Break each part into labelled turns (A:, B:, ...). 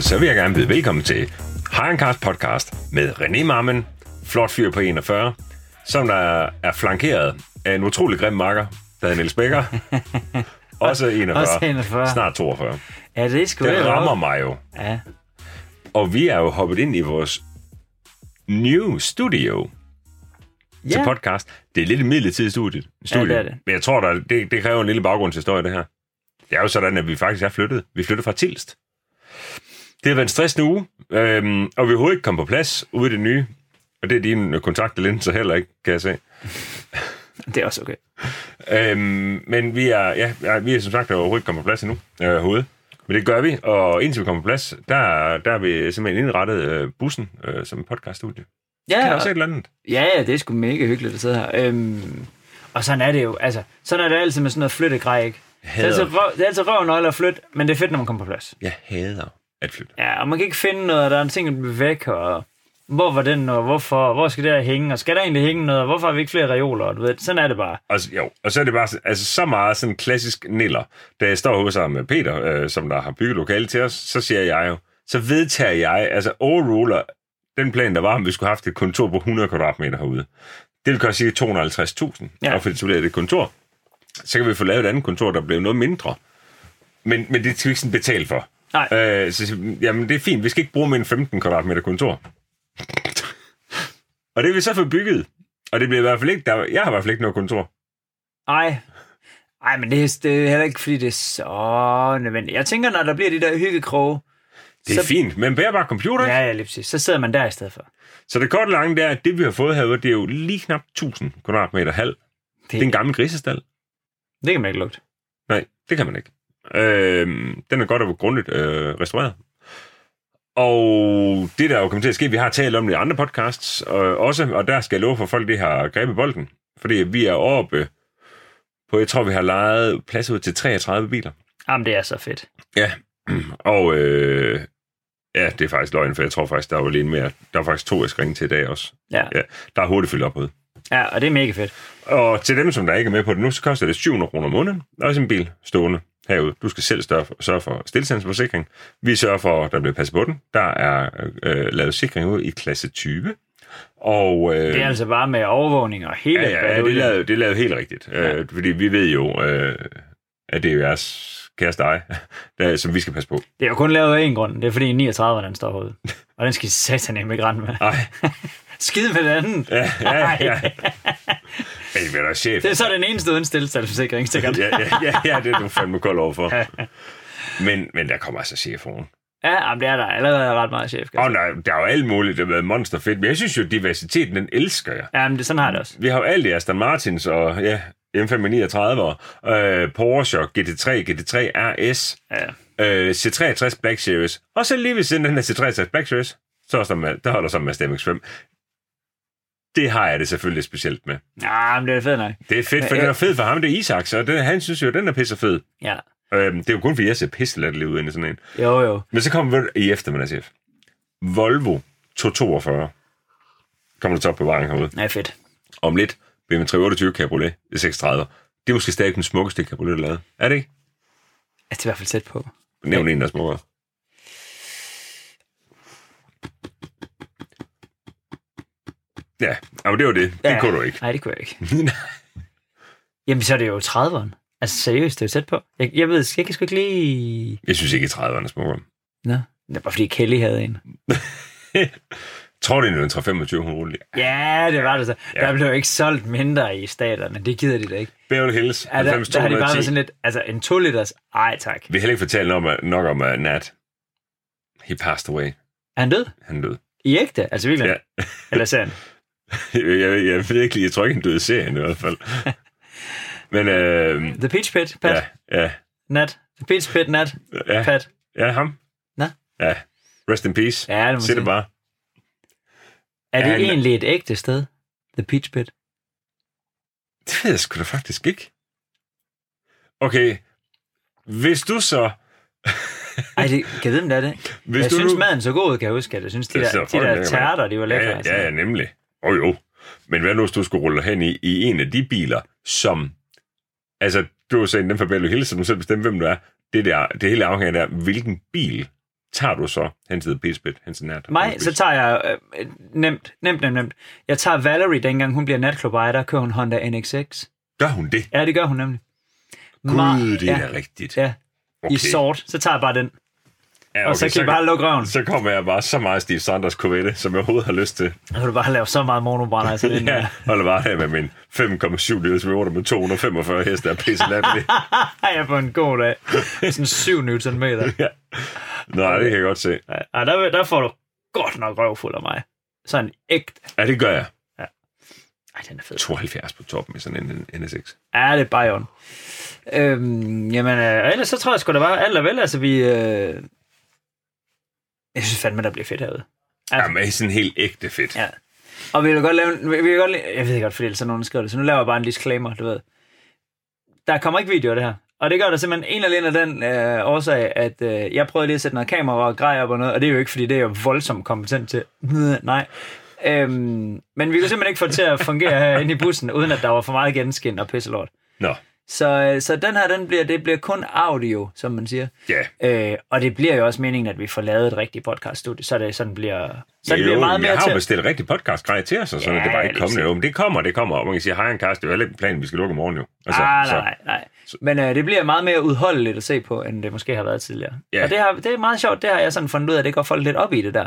A: så vil jeg gerne byde velkommen til Harenkars podcast med René Marmen, flot fyr på 41, som der er flankeret af en utrolig grim makker, der hedder Niels Bækker. også 41,
B: Også 41.
A: snart 42.
B: Ja, det er sgu
A: Det
B: da
A: rammer
B: op.
A: mig jo.
B: Ja.
A: Og vi er jo hoppet ind i vores new studio til
B: ja.
A: podcast. Det er lidt et midlertidigt studie. studie.
B: det er det.
A: Men jeg tror, der, det, det kræver en lille baggrundshistorie, det her. Det er jo sådan, at vi faktisk er flyttet. Vi flyttede fra Tilst. Det har været en stressende uge, øhm, og vi overhovedet ikke kom på plads ude i det nye. Og det er dine kontaktlinser heller ikke, kan jeg se.
B: Det er også okay.
A: Øhm, men vi er, ja, ja, vi er som sagt overhovedet ikke kommet på plads endnu, øh, hovedet. Men det gør vi, og indtil vi kommer på plads, der, der er vi simpelthen indrettet øh, bussen øh, som podcaststudie. Ja, det er
B: Ja,
A: også et
B: og,
A: eller andet.
B: ja, ja, det er sgu mega hyggeligt at sidde her. Øhm, og sådan er det jo. Altså, sådan er det altid med sådan noget flyttegrej, ikke? Det er,
A: Hader.
B: altid røv, det er altid røvnøgler at flytte, men det er fedt, når man kommer på plads.
A: Jeg hader at flytte.
B: Ja, og man kan ikke finde noget, og der er en ting, der bliver væk, og hvor var den, og hvorfor, og hvor skal det her hænge, og skal der egentlig hænge noget, og hvorfor har vi ikke flere reoler, og du ved, sådan er det bare.
A: Og, s- jo, og så er det bare sådan- altså, så meget sådan klassisk niller. Da jeg står hos sammen med Peter, øh, som der har bygget lokale til os, så siger jeg jo, så vedtager jeg, altså overruler den plan, der var, om vi skulle have haft et kontor på 100 kvadratmeter herude. Det vil godt sige 250.000, ja.
B: Ja.
A: og for etableret et kontor. Så kan vi få lavet et andet kontor, der bliver noget mindre. Men, men det skal vi ikke sådan betale for.
B: Nej.
A: Øh, så, siger vi, jamen, det er fint. Vi skal ikke bruge mere end 15 kvadratmeter kontor. og det har vi så fået bygget. Og det bliver i hvert fald ikke... Der, jeg har i hvert fald ikke noget kontor.
B: Ej. Ej, men det, er- det er heller ikke, fordi det er så nødvendigt. Jeg tænker, når der bliver de der hyggekroge,
A: Det er
B: Så-
A: så... fint, men bærbar computer, ja.
B: ja, ja, lige præcis, så sidder man der i stedet for.
A: Så det korte lange, det er, at det vi har fået herude, det er jo lige knap 1000 kvadratmeter halv. Det er en gammel grisestal.
B: Det kan man ikke lugte.
A: Nej, det kan man ikke. Øh, den er godt og grundigt øh, restaureret. Og det, der jo kommer til at ske, vi har talt om det i andre podcasts øh, også, og der skal jeg love for, at folk det har grebet bolden. Fordi vi er oppe på, jeg tror, vi har lejet plads ud til 33 biler.
B: Jamen, det er så fedt.
A: Ja, og øh, ja, det er faktisk løgn, for jeg tror faktisk, der var lige en mere. Der var faktisk to, jeg skal ringe til i dag også.
B: Ja.
A: Ja, der er hurtigt fyldt op ude.
B: ja, og det er mega fedt.
A: Og til dem, som der ikke er med på det nu, så koster det 700 kroner om måneden. Der er også en bil stående herude. Du skal selv større- sørge for stillestandsforsikring. Vi sørger for, at der bliver passet på den. Der er øh, lavet sikring ud i klasse 20. Og, øh,
B: Det er altså bare med overvågning og hele
A: ja, ja, ja, det er
B: baduljen.
A: lavet, det er lavet helt rigtigt. Ja. Øh, fordi vi ved jo, øh, at det er jeres kæreste ej, der, som vi skal passe på.
B: det er jo kun lavet af én grund. Det er fordi 39 den står herude. Og den skal satan ikke med med.
A: Ej,
B: Skide med den anden.
A: ja, ja, ja.
B: Ej.
A: Ej, hvad er der chef?
B: Det er så den eneste uden stillestandsforsikring, sikkert.
A: ja, ja, ja, ja, det er du fandme kold overfor. Men, men der kommer altså chef oven.
B: Ja, jamen, det er der allerede ret meget chef.
A: Åh oh, nej, der er jo alt muligt, der har været monster fedt, men jeg synes jo, at diversiteten, den elsker jeg.
B: Ja, men det, sådan har jeg det også.
A: Vi har jo alt i Aston Martins og ja, M5 39 øh, Porsche, GT3, GT3 RS,
B: Ja.
A: øh, C63 Black Series, og så lige ved siden af den her C63 Black Series, så er der, med, der holder så med MX5. Det har jeg det selvfølgelig specielt med.
B: Ja, men det er fedt nok.
A: Det er fedt, for
B: Ja,
A: den
B: ja.
A: er fed for ham, det er Isak, så det, han synes jo, at den er pisse fed.
B: Ja.
A: Øhm, det er jo kun, fordi jeg ser pisselatterlig ud inde i sådan en.
B: Jo, jo.
A: Men så kommer vi i eftermiddag, chef. Volvo 242 kommer du op på vejen herude.
B: Ja, fedt.
A: Om lidt, BMW 328 Cabriolet 36. Det er måske stadig den smukkeste Cabriolet, der er lavet. Er det ikke?
B: Ja, det er i hvert fald tæt på.
A: Nævn en, der er smukkere. Ja, og det var det. Det
B: Ja.
A: kunne du ikke.
B: Nej, det kunne jeg ikke. Jamen, så er det jo 30'eren. Altså, seriøst, det er jo tæt på. Jeg, jeg ved, jeg kan sgu ikke lige...
A: Jeg synes ikke, at 30'erne er smukkere.
B: Nå, det er bare fordi Kelly havde en.
A: Tror du, det er en 325, hun ruller?
B: Ja, det var det så.
A: Ja.
B: Ja. Der blev jo ikke solgt mindre i staterne. Det gider de da ikke.
A: Beverly Hills,
B: Ja, der,
A: 90
B: der har de bare været
A: 210.
B: sådan lidt... Altså, en 2 liters... Ej, tak.
A: Vi har heller ikke fortalt nok om, nok om uh, Nat. He passed away.
B: Er han død?
A: Han døde.
B: I ægte? Altså, virkelig?
A: Ja.
B: Ja. Eller serien?
A: jeg, jeg, virkelig, jeg tror ikke, han døde i serien i hvert fald. Men øh,
B: The Peach Pit, Pat?
A: ja,
B: Ja.
A: ja,
B: Nat? The Peach Pit, Nat? Ja.
A: ja,
B: Pat?
A: ja, ham.
B: Nå.
A: Ja, rest in peace.
B: Ja, det må man
A: Sig det
B: sige.
A: bare.
B: Er det
A: Ja, han-
B: egentlig et ægte sted? The Peach Pit?
A: Det ved jeg sgu da faktisk ikke. Okay, hvis du så...
B: Ej, det, kan jeg vide, om det er det?
A: Hvis
B: jeg
A: du
B: synes,
A: nu...
B: maden så god, kan jeg huske, at jeg synes, de
A: Det ser
B: der, de
A: fucking
B: der
A: lækkert ud.
B: tærter, de var lækre. altså.
A: ja, ja, ja, nemlig. Åh oh, jo. Men hvad nu, hvis du skulle rulle dig hen i, i en af de biler, som... Altså, du har set den fra Bello Hills, så du selv bestemmer, hvem du er. Det, der, det hele afhænger af, hvilken bil tager du så hen til Pispit, hen til nat?
B: Mig, så tager jeg øh, nemt, nemt, nemt, nemt. Jeg tager Valerie, dengang hun bliver natklubbejer, der kører hun Honda NXX.
A: Gør hun det?
B: Ja, det gør hun nemlig.
A: Gud, det er
B: ja,
A: da rigtigt.
B: Ja, okay. i sort. Så tager jeg bare den.
A: Ja,
B: Og så kan I bare lukke røven.
A: Så kommer jeg bare så meget Steve Sanders Corvette, som jeg overhovedet har lyst til.
B: Så kan du bare lave så meget altså, monobrænder i sådan en.
A: Ja,
B: ja.
A: og det var her med min 5,7 liters V8 med 245 heste og pisse latterlig.
B: jeg på en god dag. Sådan 7 Newton meter.
A: Nej, det kan jeg godt se.
B: Ej, der, der får du godt nok røvfuld af mig. Sådan ægte.
A: Ja, det gør jeg.
B: Ej, den er fed.
A: 72 på toppen i sådan en NSX.
B: Ja, det er Bayern. Øhm, jamen, øh, og ellers så tror jeg sgu da bare, alt er vel, altså vi... Øh... Jeg synes fandme, der bliver fedt herude. Altså-
A: Jamen, det er sådan helt ægte fedt.
B: Ja. Og vi vil godt lave... en- Vi vil godt, la- jeg ved godt, fordi ellers er nogen, der skriver det, så nu laver jeg bare en disclaimer, du ved. Der kommer ikke video af det her. Og det gør der simpelthen en alene af den øh, årsag, at øh, jeg prøvede lige at sætte noget kamera og grej op og noget, og det er jo ikke, fordi det er jeg voldsomt kompetent til. Nej. Øhm, men vi kunne simpelthen ikke få det til at fungere herinde i bussen, uden at der var for meget genskin og pisselort.
A: Nå,
B: Så, øh, så den her, den bliver, det bliver kun audio, som man siger.
A: ja.
B: Øh, og det bliver jo også meningen, at vi får lavet et rigtigt podcaststudie, så det sådan bliver, så det
A: jo,
B: bliver meget
A: jeg
B: mere
A: har jo
B: til.
A: bestilt rigtig podcast grej til os, og sådan,
B: Ja,
A: ja, det er bare
B: det
A: ikke
B: er
A: kommet endnu. Men det kommer, det kommer. Og man kan sige, hej en kast, det er jo heller ikke planen, vi skal lukke i morgen jo. Altså,
B: ah,
A: så-
B: nej, nej, nej. Men øh, det bliver meget mere udholdeligt at se på, end det måske har været tidligere.
A: Ja.
B: Og det, har, det er meget sjovt, det har jeg sådan fundet ud af, det går folk lidt op i det der.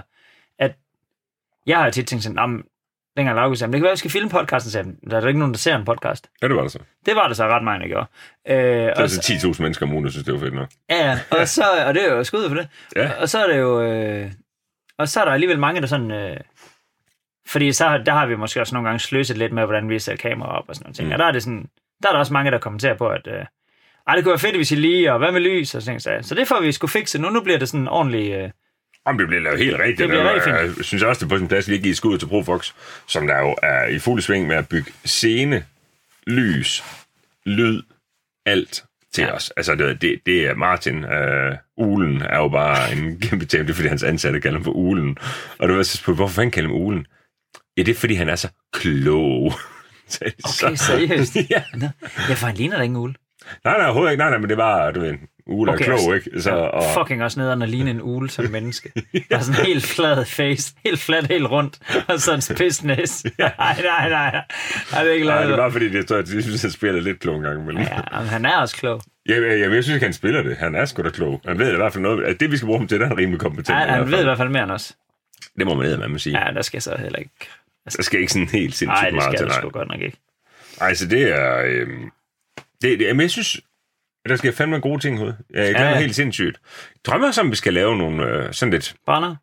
B: At jeg har jo tit tænkt sådan, om dengang Lauke sagde, "Men det kan være, vi skal filme podcasten, sagde jeg, "Men der er da ikke nogen, der ser en podcast.
A: Ja, det var det så.
B: Det var det så ret meget, jeg gjorde. Øh,
A: Så er
B: og,
A: det så 10.000 mennesker om ugen, der synes, det var fedt nok.
B: ja, ja. og, så, og det er jo skud for det.
A: Ja.
B: Og så er det jo... Øh, og så er der alligevel mange, der sådan... Øh, fordi så, har- der har vi måske også nogle gange sløset lidt med, hvordan vi sætter kamera op og sådan noget. ting.
A: Mm.
B: Og der er, det sådan, der er der også mange, der kommenterer på, at... Øh, ej, det kunne være fedt, hvis I lige... Og hvad med lys? Og sådan noget. Så det får vi sgu fikse nu. Nu bliver det sådan ordentligt... Øh,
A: Jamen, det bliver lavet helt rigtigt.
B: Det bliver
A: og
B: rigtig
A: Jeg synes også, det er på sin plads, at vi giver skud til Profox, som der jo er i fuld sving med at bygge scene, lys, lyd, alt til ja.
B: Ja.
A: os. Altså, det, det, det er Martin. Øh, ulen er jo bare en kæmpe tæm. Det er, fordi hans ansatte kalder ham for ulen. Og det var så spurgt, hvorfor fanden kalder ham ulen? Ja, det er, fordi han er så klog. okay,
B: okay, seriøst.
A: ja.
B: Nå, ja, for han ligner da ikke en ule.
A: Nej, nej, overhovedet ikke. Nej, nej, men det var, du ved, ulen okay,
B: Okay,
A: er klog,
B: altså.
A: ikke? Så, og,
B: Fucking også nederen at ligne en ule som menneske. Der er sådan en helt flad face, helt flat, helt rundt, og sådan en spidsnæs. Nej, nej, nej. Ej, det er ikke
A: nej, det er
B: lavet.
A: bare, fordi det, jeg synes, han spiller lidt klog en gang imellem.
B: Ja, men han er også klog.
A: Jamen, jeg, jeg, jeg synes ikke, han spiller det. Han er sgu da klog. Han ved i hvert fald noget. At det, vi skal bruge ham til, det er han rimelig kompetent.
B: Han,
A: i hvert
B: han
A: fald.
B: ved i hvert fald mere end os.
A: Det må man eddermame man sige. Ja.
B: Ja, der skal jeg så heller ikke.
A: Der skal ikke sådan helt sindssygt
B: Nej, det
A: meget
B: skal
A: til.
B: du
A: Nej,
B: sgu godt nok ikke.
A: Ej, så det er... Øhm, det, det, men jeg synes, at der skal fandme gode ting ud. Jeg glæder
B: Ja,
A: ja,
B: ja.
A: ja. helt sindssygt. Jeg drømmer også om, at vi skal lave nogle øh, sådan lidt...
B: Brænder?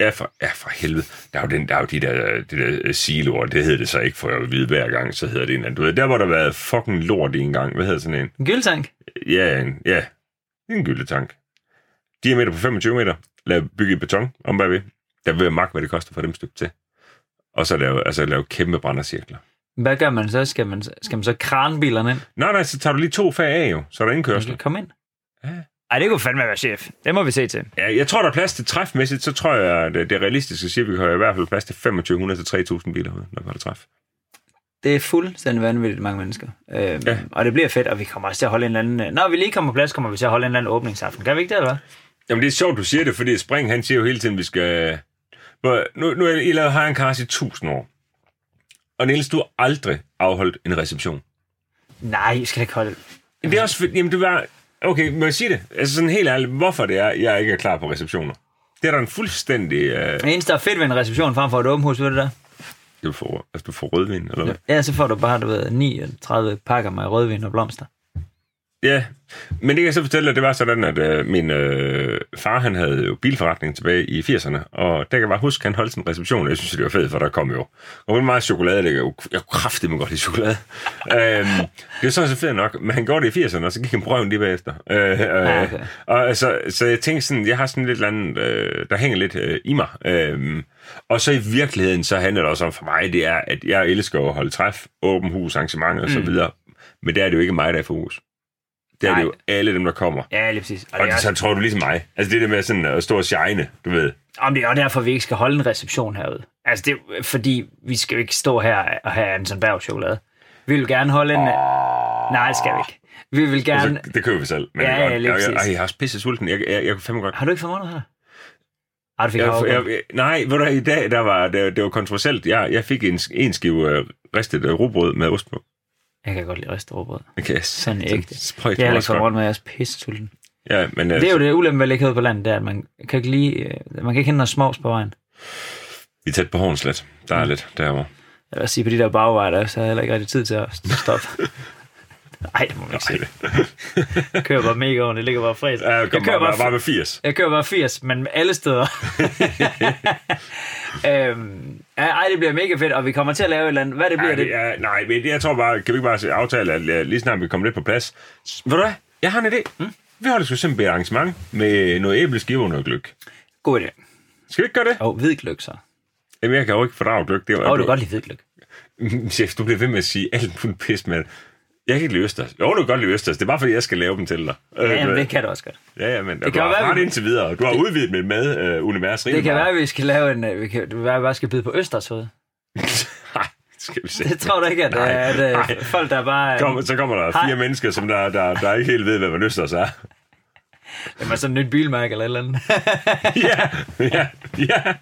A: Ja for, ja, for helvede. Der er jo, den, der er jo de der, øh, de der øh, siloer. Det hedder det så ikke, for jeg vil vide hver gang, så hedder det en eller anden. Du ved, der hvor der har været fucking lort i en gang. Hvad hedder sådan en?
B: En gyldtank?
A: Ja, en, ja. En gyldetank. Diameter på 25 meter. Lad bygge i beton om bagved. Der vil jeg magt, hvad det koster for dem stykke til. Og så lave, altså lave kæmpe brændercirkler.
B: Hvad gør man så? Skal man, skal man så kranbilerne ind?
A: Nej, nej, så tager du lige to fag af jo, så er der
B: Man
A: indkørsel.
B: skal komme ind?
A: Ja.
B: Ej, det kunne fandme være chef. Det må vi se til.
A: Ja, jeg tror, der er plads til træfmæssigt, så tror jeg, at øh, det, det realistiske siger, at vi har i hvert fald plads til 2500 til 3000 biler herude, når vi holder træf.
B: Det er fuldstændig vanvittigt mange mennesker. Øhm,
A: Ja.
B: ja. Og det bliver fedt, og vi kommer også til at holde en eller anden... øh, Når vi lige kommer på plads, kommer vi til at holde en eller anden åbningsaften. Kan vi ikke det, eller hvad?
A: Jamen, det er sjovt, du siger det, fordi Spring, han siger jo hele tiden, at vi skal... øh, Hvor- Nu, nu har I lavet Haran Cars i 1000 år. Og Niels, du har aldrig afholdt en reception.
B: Nej, vi skal da ikke holde...
A: Men Det er også, fordi- jamen det var, okay, må jeg sige det? Altså sådan helt ærligt, hvorfor det er, jeg ikke er klar på receptioner? Det er der en fuldstændig, øh,
B: Det eneste, der er fedt ved en reception frem for et åbent hus, ved du det der?
A: du får, altså du får rødvin, eller hvad?
B: Ja, så får du bare, du ved, 39 pakker med rødvin og blomster.
A: Ja, men det kan jeg så fortælle dig, det var sådan, at øh, min øh, far, han havde jo bilforretning tilbage i 80'erne, og der kan jeg bare huske, at han holdt sin reception, og jeg synes, det var fedt, for der kom jo og meget chokolade, det er jo, jeg kunne kraftedeme godt lide chokolade. øhm, det er sådan så fedt nok, men han gjorde det i 80'erne, og så gik han brøven lige bagefter. Øh, øh,
B: Ah, okay.
A: og, altså, så jeg tænkte sådan, jeg har sådan lidt eller andet, øh, der hænger lidt øh, i mig. Øh, og så i virkeligheden, så handler det også om for mig, det er, at jeg elsker at holde træf, åben hus, arrangementer og så
B: Mm.
A: videre. Men der er det jo ikke mig, der er i fokus. Der er det
B: Nej.
A: jo alle dem, der kommer.
B: Ja, lige præcis. Og
A: Og
B: det er,
A: så tror du ligesom mig. Altså det der med sådan at stå og shine, du ved.
B: Om det er også derfor, vi ikke skal holde en reception herude. Altså, det er, fordi vi skal jo ikke stå her og have Anton Berg chokolade. Vi vil gerne holde en... Nej, det skal vi ikke. Vi vil gerne...
A: Altså, det køber vi selv. Men
B: Ja, ja,
A: jeg,
B: lige
A: jeg, jeg,
B: præcis.
A: ej, jeg er også pisse sulten. Jeg, jeg, jeg kunne fandme godt...
B: Har du ikke fået noget her? Ej, du fik
A: Jeg,
B: havregryn.
A: jeg, jeg, nej, ved du, hvad, i dag, der var, det, det var kontroversielt. Jeg, jeg fik en, en skive øh, ristet øh, rugbrød med ost på.
B: Jeg kan godt lide ristbrød.
A: Okay,
B: Sådan ægte.
A: Sprøjt,
B: Det er
A: det
B: heller
A: er
B: ikke kommet
A: godt.
B: rundt med, jeg er også pisse sulten.
A: Ja, men, øh,
B: Det er jo det ulempe ved at ligge herude på landet, det er, at man kan ikke, lige, øh, man kan ikke hente noget smås på vejen.
A: Vi er tæt på Hornslet. Der er lidt derovre.
B: Jeg vil sige, på de der bagveje, der så har jeg heller ikke rigtig tid til at stoppe. Nej, det må man ikke sige. Jeg kører bare mega over, det ligger bare fræs.
A: Ja,
B: Jeg
A: kom,
B: kører bare,
A: bare med 80.
B: jeg kører bare 80, men alle steder. øhm, ja, ej, det bliver mega fedt, og vi kommer til at lave et eller andet. Hvad det bliver,
A: Ja,
B: det,
A: det er, nej, men jeg tror bare, kan vi ikke bare se- aftale, at øh, lige snart vi kommer lidt på plads. S- Ved du hvad? Jeg har en idé. Mm? Vi holder sgu simpelthen et arrangement med noget æbleskiver og noget gløk.
B: God idé.
A: Skal vi ikke gøre det?
B: Og hvidgløk så.
A: Jamen, jeg kan jo ikke fordrage gløk. Det var
B: Åh, oh, du kan godt lide hvidgløk.
A: Chef, du bliver ved med at sige alt muligt pis, men jeg kan ikke lide østers. Jo, du kan godt lide østers. Det er bare, fordi jeg skal lave dem til dig. Øh,
B: Ja, jamen, det kan du også godt.
A: ja, ja, men det du
B: kan
A: har
B: være, vi-
A: ret indtil videre. Du har udvidet mit øh, mad-univers
B: Det kan være, at vi skal lave en... øh, Vi kan, det kan være, at vi bare skal bide på Østershoved.
A: Nej, skal vi se.
B: Det tror du ikke, at,
A: Nej,
B: at, at
A: nej.
B: øh, folk, der bare...
A: Kom, så kommer der
B: Hej.
A: fire mennesker, som der, der, der ikke helt ved, hvad man østers er.
B: Jamen, altså, sådan et nyt bilmærke eller et eller andet.
A: ja, ja, ja.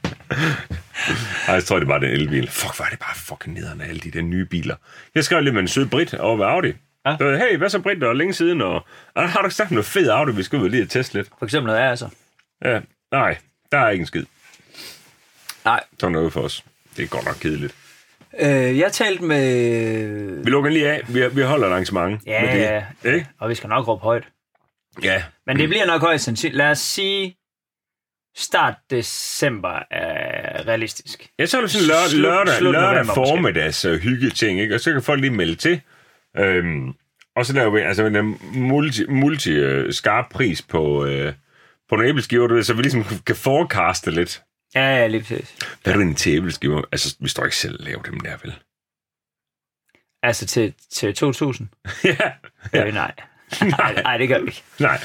A: Ej, jeg tror, det var den elbil. Fuck, hvor er det bare fucking nederen af alle de der nye biler. Jeg skrev lidt med en sød Brit over ved Audi.
B: Ja.
A: Ja. Hey, hvad så Brit, der er længe siden, og, og har du ikke sagt noget fed Audi, vi skal ud og lige teste lidt?
B: For eksempel noget er altså.
A: Ja, nej, der er ikke en skid.
B: Nej.
A: Sådan noget for os. Det er godt nok kedeligt.
B: Øh, jeg talte med...
A: Vi lukker lige af. Vi, vi holder arrangement
B: Ja,
A: med
B: ja,
A: det. Ikke?
B: Og vi skal nok råbe højt.
A: Ja.
B: Men det bliver nok højst sandsynligt. Lad os sige... Start december er realistisk.
A: Jeg så er det sådan lør,
B: Slut-
A: lørdag,
B: slut november
A: lørdag
B: måske.
A: formiddags uh, hyggeting, ikke? og så kan folk lige melde til. Øhm, og så laver vi altså en multi, multi uh, skarp pris på, uh, på nogle æbleskiver, du ved, så vi ligesom kan forekaste lidt.
B: Ja, ja, lige præcis.
A: Hvad er det egentlig til æbleskiver? Altså, vi står ikke selv og laver dem der, vel?
B: Altså til, til 2000?
A: ja,
B: Ja. Øh, nej.
A: nej,
B: Nej, det gør vi ikke.
A: nej.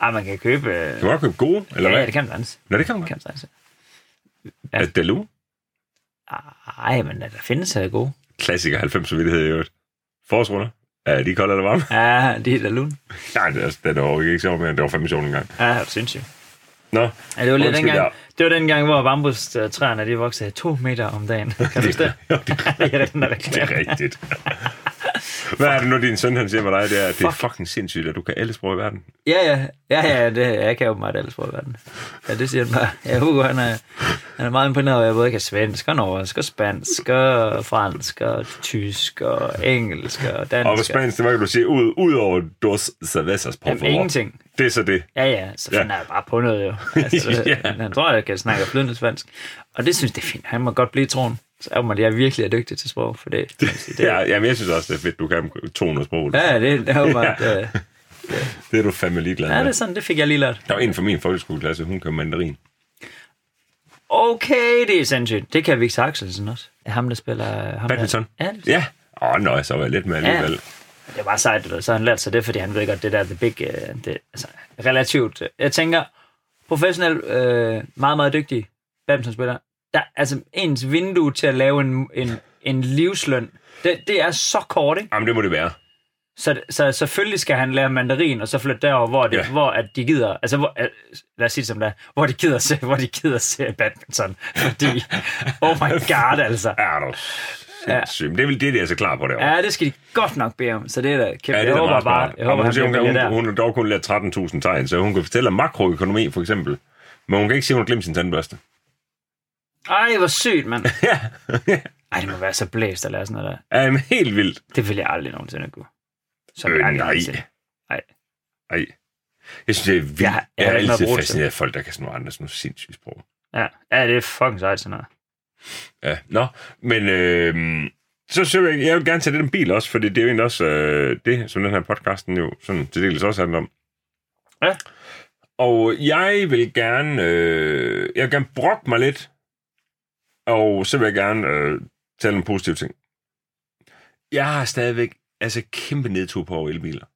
B: Ej, man kan købe... Øh...
A: Du kan godt købe gode, eller
B: Ja,
A: hvad?
B: det kan man sagtens.
A: Nå, det kan man
B: Det
A: godt.
B: kan man sagtens. Ja.
A: Altså, Dalu,
B: Ej, men der findes her gode.
A: klassiker 90 samvittighed i øvrigt. Forårsrunder. Er de kolde eller varme?
B: Ja, de er da lun.
A: nej, det er, det er jo ikke sjovt mere. Det var fandme sjovt engang.
B: Ja, det synes jeg.
A: Nå,
B: Ja, det var lidt
A: Undskyld,
B: dengang,
A: ja.
B: det var dengang, hvor bambustræerne de voksede to meter om dagen. Kan du huske det?
A: Jo, det er
B: Jeg rinder væk.
A: Det er rigtigt. Hvad er det nu, din søn han siger med dig? Det er, det er fucking sindssygt, at du kan alle sprog i verden.
B: Ja, ja. Ja, ja, det, jeg kan jo meget alles for verden. Ja, det siger han bare. Ja, Hugo, han er, han er meget imponeret over, at jeg både kan svensk og norsk og spansk og fransk og tysk og engelsk og dansk.
A: Og på spansk, det var, kan du sige, ud, ud over dos cervezas, por
B: Jamen,
A: favor.
B: ingenting.
A: Det er så det.
B: Ja, ja, så
A: Ja.
B: finder jeg bare på noget jo. Altså,
A: Ja.
B: ja. Han tror, jeg kan snakke flydende spansk. Og det synes det er fint. Han må godt blive i troen. Så er man, jeg virkelig er dygtig til sprog, for det, det,
A: det. Ja, jamen, jeg synes også, det er fedt, du kan 200 sprog. Ja.
B: Ja, det, det er jo bare, ja.
A: Det er du fandme ligeglad
B: ja, det er
A: med.
B: sådan, det fik jeg lige lært.
A: Der var en fra min folkeskoleklasse, hun kan mandarin.
B: Okay, det er sindssygt. Det kan Victor Axelsen også. Det er ham, der spiller... øh, Ham
A: Badminton?
B: Der. Ja, det,
A: Ja. Åh, oh, nøj, så var jeg lidt med alligevel.
B: det er bare sejt, og så har han lært sig det, fordi han ved godt, det der the big... øh, Det, altså, relativt... øh, Jeg tænker, professionel, øh, meget, meget dygtig badmintonspiller, der, altså ens vindue til at lave en, en, en livsløn, det, det er så kort, ikke?
A: Jamen, det må det være.
B: Så, så selvfølgelig skal han lære mandarin, og så flytte derover, hvor, det,
A: Ja.
B: hvor at de gider, altså hvor, øh, lad os sige det som det er, hvor de gider se, hvor de gider se badminton, fordi, oh my god, altså.
A: Er du sindssygt. Men Det er vel det, de er så klar på derovre.
B: Ja, det skal de godt nok bede om, så det er da kæmpe.
A: Ja, det er
B: jeg
A: da
B: håber
A: meget
B: bare,
A: smart.
B: jeg
A: Jamen,
B: håber,
A: hun,
B: han
A: siger,
B: bliver
A: hun, kan,
B: millionær.
A: hun, hun har dog kun lært 13.000 tegn, så hun kan fortælle om makroøkonomi, for eksempel. Men hun kan ikke sige, at hun har glemt sin tandbørste.
B: Ej, hvor sygt, mand.
A: Ja,
B: Ej, det må være så blæst at lave sådan noget der.
A: Jamen, helt vildt.
B: Det vil jeg aldrig nogensinde kunne. Så altså-
A: Øh, nej.
B: Nej.
A: Ej. Jeg synes, det er vildt.
B: Jeg-
A: Jeg,
B: jeg
A: jeg,
B: har
A: er
B: ikke noget
A: altid
B: at bruge det til.
A: fascineret af folk, der kan sådan nogle andre sådan nogle sindssyge sprog.
B: Ja. ja, det er fucking sejt sådan noget.
A: Ja, nå. Men øh, så søger jeg, jeg vil gerne tage den bil også, fordi det er jo egentlig også øh, det, som den her podcasten jo sådan til dels også handler om.
B: Ja.
A: Og jeg vil gerne, øh, jeg vil gerne brokke mig lidt, og så vil jeg gerne øh, tale om positive ting. Jeg har stadigvæk altså kæmpe nedtur på elbiler.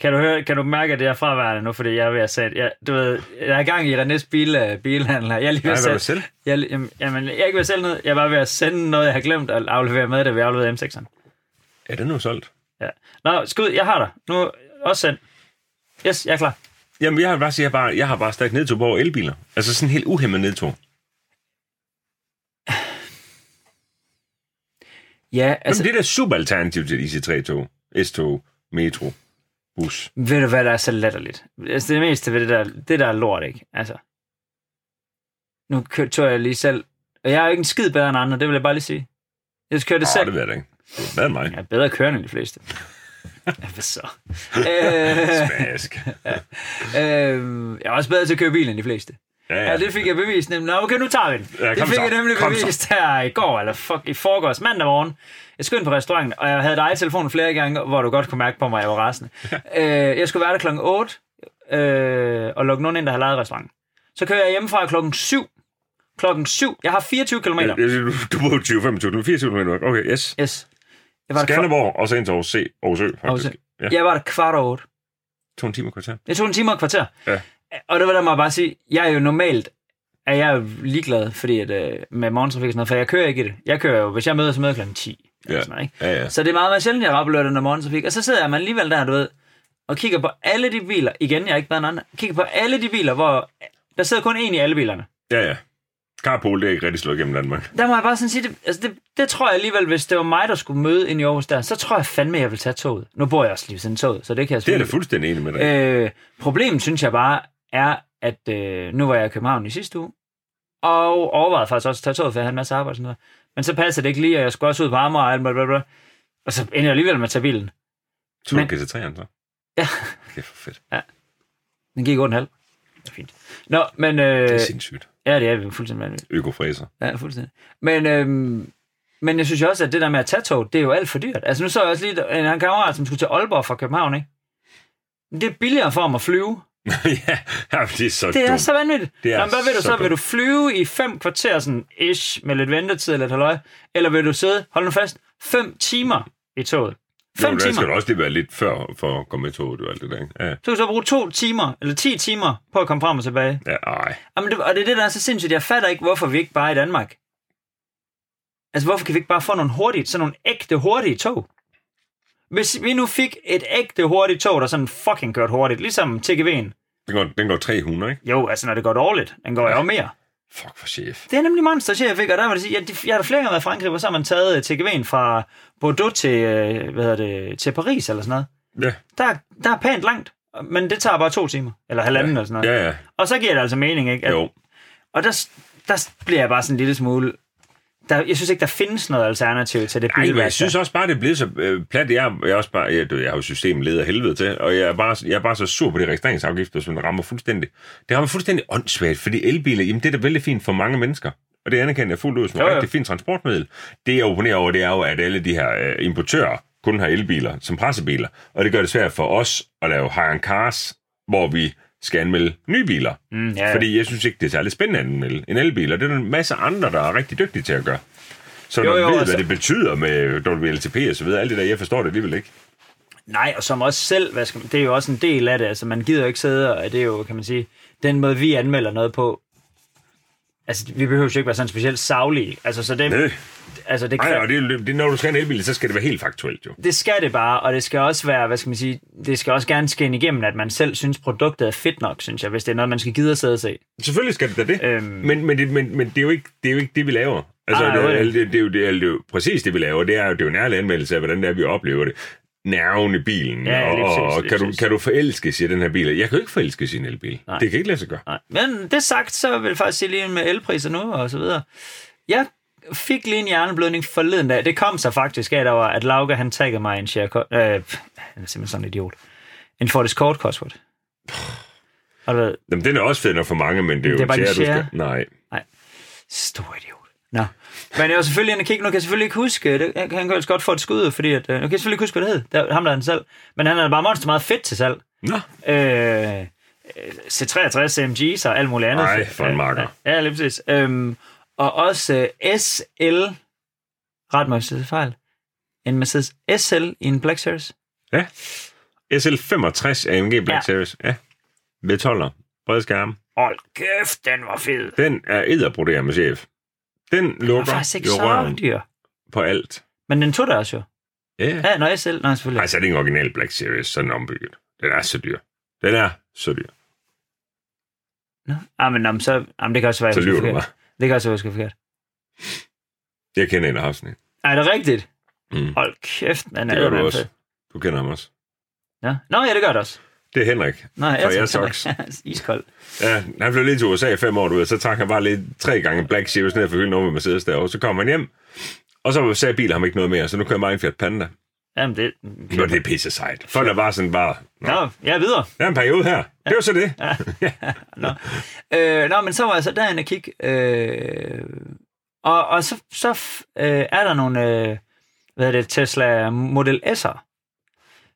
B: Kan du, høre, kan du mærke, at jeg er fraværende nu, fordi jeg er ved at sætte... Jeg, du ved, jeg er i gang i Renés bil, øh, bilhandler. Jeg er lige ved
A: Nej,
B: at
A: hvad er det selv?
B: sætte... Jeg, er li- jamen, jamen, jeg er ikke ved at sælge noget. Jeg er bare ved at sende noget, jeg har glemt at aflevere med, da vi afleverede M6'eren.
A: Er den nu solgt?
B: Ja. Nå, skud, jeg har dig. Nu også send. Yes, jeg er klar.
A: Jamen, jeg har bare sige, jeg, bare, jeg har bare stadig nedtog på over elbiler. Altså sådan en helt uhemmet nedtog.
B: Ja,
A: Altså,
B: altså,
A: Jamen, det er da super alternativ til IC3-tog, S-tog, metro, bus.
B: det... ved du hvad, der er så latterligt? Altså, det meste ved det der, det der er lort, ikke? Altså, nu kø- tog jeg lige selv, og jeg er jo ikke en skid bedre end andre, det vil jeg bare lige sige. Jeg kørte det
A: Åh,
B: selv.
A: Ah, det ved jeg da ikke. Hvad er mig?
B: Jeg er bedre kørende end de fleste. Ja, Hvad så? Øh,
A: Smask.
B: øh, jeg er også bedre til at køre bil end de fleste.
A: Ja,
B: Ja, det fik jeg bevist nemlig. Nå, okay, nu tager vi den.
A: Ja,
B: det
A: kom
B: fik
A: så.
B: jeg nemlig
A: Kom så.
B: bevist her i går, eller fuck, i forgårs, mandag morgen. Jeg skulle ind på restauranten, og jeg havde dig i telefonen flere gange, hvor du godt kunne mærke på mig, at jeg var rasende. øh, jeg skulle være der klokken 8, øh, og lukke nogen ind, der har lejet restauranten. Så kører jeg hjemmefra klokken 7. Klokken 7. Jeg har 24 km.
A: Jeg- jeg- du- Du bor 20, 25, nu 24 minutter. Okay, yes.
B: Yes. Jeg var, der, kva-
A: Skanderborg, og så ind til Aarhus C. Aarhus Ø, faktisk.
B: Aarhus
A: Ja,
B: jeg var der kvart over 8.
A: to timer kvarter.
B: Det tog en time og et kvarter.
A: Ja.
B: Og det var der må jeg bare sige, jeg er jo normalt er jeg jo ligeglad fordi at, øh, med morgentrafik og sådan noget, for jeg kører ikke i det. Jeg kører jo, hvis jeg møder, så møder jeg klokken 10. eller
A: Ja.
B: Sådan noget, ikke?
A: Ja, ja.
B: Så det er meget, meget sjældent, jeg rappelører den om morgentrafik. Og så sidder man alligevel der, du ved, og kigger på alle de biler. Igen, jeg er ikke bedre end andre. Kigger på alle de biler, hvor der sidder kun en i alle bilerne.
A: Ja, ja. Carpool, det er ikke rigtig slået igennem Danmark.
B: Der må jeg bare sådan sige, det, altså det, det tror jeg alligevel, hvis det var mig, der skulle møde ind i Aarhus der, så tror jeg fandme, jeg vil tage toget. Nu bor jeg også lige ved siden af toget, så det kan jeg
A: Det er
B: selvfølgelig
A: jeg da fuldstændig enig med dig.
B: Øh, problemet, synes jeg bare, er, at øh, nu var jeg i København i sidste uge, og overvejede faktisk også at tage toget, for jeg havde en masse arbejde og sådan noget. Men så passer det ikke lige, og jeg skulle også ud på Amager og alt bla, bla, bla. Og så endte jeg alligevel med at tage bilen.
A: Tur
B: men-
A: til 3'eren så.
B: Ja.
A: Kæft, for fedt.
B: Den gik under halv. Det er fint. Nå, men... Øh,
A: Det er sindssygt.
B: ja, det er vi fuldstændig vanvittigt.
A: Økofræser.
B: Ja, fuldstændig. Men, øhm, men jeg synes jo også, at det der med at tage tog, det er jo alt for dyrt. Altså nu så jeg også lige en, en kammerat, som skulle til Aalborg fra København, ikke? Men det er billigere for ham at flyve.
A: ja, ja, men det er så
B: Det er
A: dumt.
B: så vanvittigt.
A: Det er
B: Nå, men hvad vil
A: så
B: du så? Vil
A: dumt.
B: du flyve i fem kvarter, sådan ish, med lidt ventetid eller lidt halløj? Eller vil du sidde, hold nu fast, fem timer i toget? Fem
A: jo, der
B: timer.
A: skal du også lige være lidt før for at komme med toget og alt det der. ikke? Ja,
B: Så kan du så bruge to timer, eller ti timer, på at komme frem og tilbage.
A: ja ej.
B: Jamen, det, og det er det, der er så sindssygt. Jeg fatter ikke, hvorfor vi ikke bare er i Danmark. Altså, hvorfor kan vi ikke bare få nogle hurtige, sådan nogle ægte hurtige tog? Hvis vi nu fik et ægte hurtigt tog, der sådan fucking kørte hurtigt, ligesom TGV'en.
A: Den går, den går 300, ikke?
B: Jo, altså når det går dårligt, den går jo mere.
A: Fuck for chef.
B: Det er nemlig monster, siger jeg fik, og der var det sige, jeg, jeg har da flere gange været i Frankrig, hvor så har man taget øh, TGV'en fra Bordeaux til, øh, hvad hedder det, til Paris eller sådan noget.
A: Ja,
B: Der, er- der er pænt langt, men det tager bare to timer, eller halvanden ja. eller sådan noget.
A: ja,
B: Ja.
A: ja.
B: Og så giver det altså mening, ikke? At,
A: Jo.
B: Og der, der bliver jeg bare sådan en lille smule... Der, jeg synes ikke, der findes noget alternativ til det
A: Ej, men
B: bilværk.
A: jeg synes også bare, det er blevet så øh, plat. Jeg, er- jeg, er også bare, jeg, du ved, jeg har jo systemet leder helvede til, og jeg er, bare, jeg er bare så sur på de registreringsafgifter, som rammer fuldstændig. Det rammer fuldstændig åndssvagt, fordi elbiler, jamen det er da vældig fint for mange mennesker. Og det anerkender jeg fuldt ud som et
B: Jo, jo.
A: rigtig fint transportmiddel. Det, jeg opponerer over, det er jo, at alle de her øh, importører kun har elbiler som pressebiler. Og det gør det svært for os at lave hire cars, hvor vi skal anmelde nye biler.
B: Mm, ja, ja.
A: Fordi jeg synes ikke, det er særlig spændende at anmelde en elbil, og det er der en masse andre, der er rigtig dygtige til at gøre. Så
B: Jo,
A: jo,
B: jo,
A: jo, ved,
B: altså-
A: hvad det betyder med WLTP og så videre. Alt det der, jeg forstår det alligevel ikke.
B: Nej, og som også selv, hvad skal man, det er jo også en del af det. Altså, man gider jo ikke sidde, og det er jo, kan man sige, den måde, vi anmelder noget på. Altså, vi behøver jo ikke være sådan specielt savlige. Altså, så det,
A: Øh, Nej,
B: altså, det,
A: Ej,
B: kan,
A: og det, er- det, når du skal have en elbil, så skal det være helt faktuelt jo.
B: det skal det bare, og det skal også være, hvad skal man sige, det skal også gerne skinne igennem, at man selv synes, produktet er fedt nok, synes jeg, hvis det er noget, man skal gide at sidde og se.
A: Selvfølgelig skal det da det.
B: Øhm.
A: Øhm. Men, men, det men, men det er jo ikke det, er jo ikke det vi laver. Altså,
B: Ej,
A: Ej, det, er-
B: overhovedet
A: det, det, er jo, det, er, det er jo præcis det, vi laver. Det er jo, det er jo en ærlig anmeldelse af, hvordan det er, vi oplever det. Nerven i bilen,
B: Ja, ja,
A: og,
B: lige præcis,
A: og
B: lige
A: kan, du,
B: præcis.
A: kan du forelske sig i den her bil? Jeg kan jo ikke forelske sin elbil.
B: Nej.
A: Det kan ikke lade sig gøre.
B: Nej. Men det sagt, så vil jeg faktisk sige lige med elpriser nu og så videre. Jeg fik lige en hjerneblødning forleden dag. Det kom så faktisk af, der var, at Lauke han taggede mig i en share... Øh, han er simpelthen sådan en idiot. En Ford Escort Cosworth. Og du ved,
A: Jamen, den er også fed nok for mange, men det er jo
B: Det er bare
A: en
B: en
A: Seat, du
B: Seat.
A: skal... Nej.
B: stor idiot. Nå. Men jeg var selvfølgelig inde og kigge. Nu kan jeg selvfølgelig ikke huske... Det, han kan jo altså godt få et skud, fordi at, øh, nu kan jeg selvfølgelig ikke huske, hvad det hed. Der, ham der er den salg. Men han er bare monster meget fedt til salg.
A: Nå.
B: øh, C63 MG's og alt muligt andet.
A: Ej, for en makker.
B: Ja, ja lige præcis. Øhm, og også øh, SL, ret mig hvis jeg tager fejl, en Mercedes SL i en Black Series.
A: Ja. SL65 AMG Black
B: Ja.
A: ja. Series. Ja. Med 12'er. Brede skærme.
B: Hold kæft, den var fed.
A: Den er edderbroderet med chef. Den
B: Den var
A: lukker
B: faktisk ikke
A: jo
B: så
A: røven
B: dyr.
A: på alt.
B: Men den tog der også jo.
A: Ja.
B: Ja, når SL, nej selvfølgelig.
A: Altså, er det ikke en original Black Series, så er den ombygget. Den er så dyr. Den er så dyr.
B: Nå, ah, men, jamen, så, jamen, det kan også være,
A: Så
B: jeg husker
A: lyver du
B: forkert.
A: bare.
B: Det kan også være, jeg husker forkert.
A: Jeg kender en, der har haft sådan en.
B: Er det rigtigt?
A: Mm.
B: Hold kæft, man.
A: Det
B: er
A: gør du
B: man
A: også.
B: fed.
A: Du kender ham også.
B: Ja. Nå, ja, det gør det også.
A: Det er Henrik.
B: Nå,
A: Fra
B: jeg tænker-
A: Airsox.
B: Iskold.
A: Ja, han blev lidt til USA i fem år, du ved, så trak han bare lidt tre gange Black Series ned for hylden over med Mercedes derovre, så kom han hjem, og så sagde bilen ham ikke noget mere, så nu kører jeg bare en Fiat Panda.
B: Jamen, det...
A: Nå, det er pisse sejt. For der var sådan bare, nå,
B: Nå, jeg er videre.
A: der er en periode her. Det var så det.
B: Nå. Øh, nå, men så var jeg så derinde og kigge. Øh, og, og så, så f- øh, er der nogle, øh, hvad er det, Tesla Model S'er,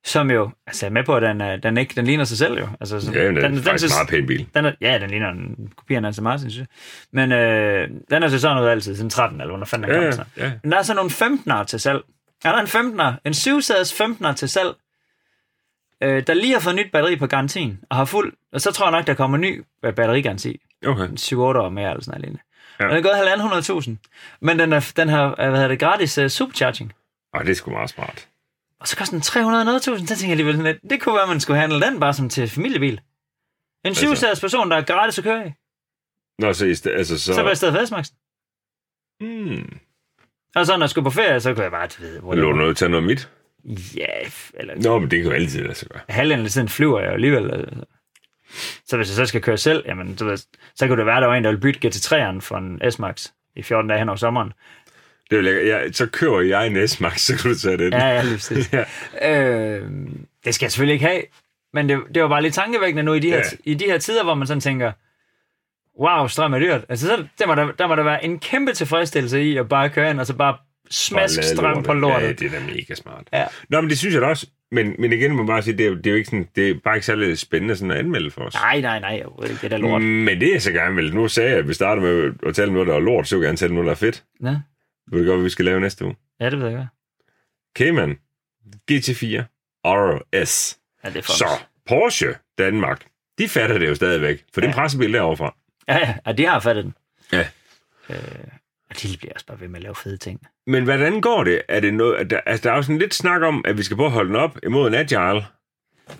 B: som jo, altså jeg er med på, at den, er- den, ikke, den ligner sig selv jo. Altså, så,
A: Ja, men det er
B: den, den,
A: faktisk en
B: ses-
A: meget pæn bil.
B: den er, ja, den ligner en kopi af en Aston Martin, synes jeg. Men øh, den er så sådan noget altid, sådan 13, eller hvornår fanden den
A: Ja,
B: kom
A: ja,
B: sådan.
A: ja.
B: Men der er så nogle 15'ere til salg. Er der en 15'er? En 7-sædes 15'er til salg, øh, der lige har fået nyt batteri på garantien, og har fuld. Og så tror jeg nok, der kommer en ny øh, batterigaranti.
A: Okay.
B: 7-8 år mere, eller sådan noget lignende.
A: Ja.
B: Ja. Den er gået halvanden 100.000. Men den, er, den har, øh, hvad hedder det, gratis uh, supercharging.
A: Og det er sgu meget smart.
B: Og så koster den 300 noget tusind. Så tænker jeg alligevel sådan lidt, det kunne være, man skulle handle den bare som til familiebil. En 7 person, der er gratis at køre i.
A: Nå, så, i stedet, altså, så,
B: Så var jeg i stedet fastmaksen.
A: hmm,
B: Og så når jeg skulle på ferie, så kunne jeg bare, du ved, hvor
A: lå du noget til noget mit?
B: Ja, f- eller
A: Nå, men det kan jo altid lade sig gøre.
B: halvdelen af tiden flyver jeg jo alligevel. altså. Så hvis jeg så skal køre selv, jamen, du ved, så kunne det være, der var en, der ville bytte GT3'ren for en S-Max i 14 dage hen over sommeren.
A: Det er jo lækkert. Ja, så kører jeg en S-Max, så kan du tage den.
B: Ja, ja, lige præcis.
A: Ja.
B: øh, det skal jeg selvfølgelig ikke have, men det, det var bare lidt tankevækkende nu i de, her,
A: Ja.
B: i de her tider, hvor man sådan tænker, wow, strøm er dyrt. Altså, så, der, må der, der må der være en kæmpe tilfredsstillelse i at bare køre ind, og så bare smask
A: Og lade
B: strøm på lortet.
A: Ja, det er da mega smart.
B: Ja.
A: Nå, men det synes jeg da også. Men, men igen må man bare sige, det er, jo- det er jo ikke sådan, det er bare ikke særlig spændende sådan at anmelde for os.
B: Nej, nej, nej, overhovedet ikke. det er da lort. Mm.
A: Men det er jeg så gerne vil. Nu sagde jeg, at vi starter med at tale om noget, der er lort, så vil jeg gerne tale om noget, der er fedt.
B: Ja.
A: Ved du godt, hvad vi skal lave næste uge?
B: ja, det ved jeg godt.
A: Cayman, GT4, RS.
B: Ja, det er for
A: Så Porsche Danmark, de fatter det jo stadigvæk, for det er en
B: Ja.
A: pressebil derovre fra.
B: Ja, ja, og de har fattet den.
A: Ja.
B: Øh, og de bliver også bare ved med at lave fede ting.
A: Men hvordan går det? Er det noget, at der, altså, der er jo sådan lidt snak om, at vi skal prøve at holde den op imod en Agile.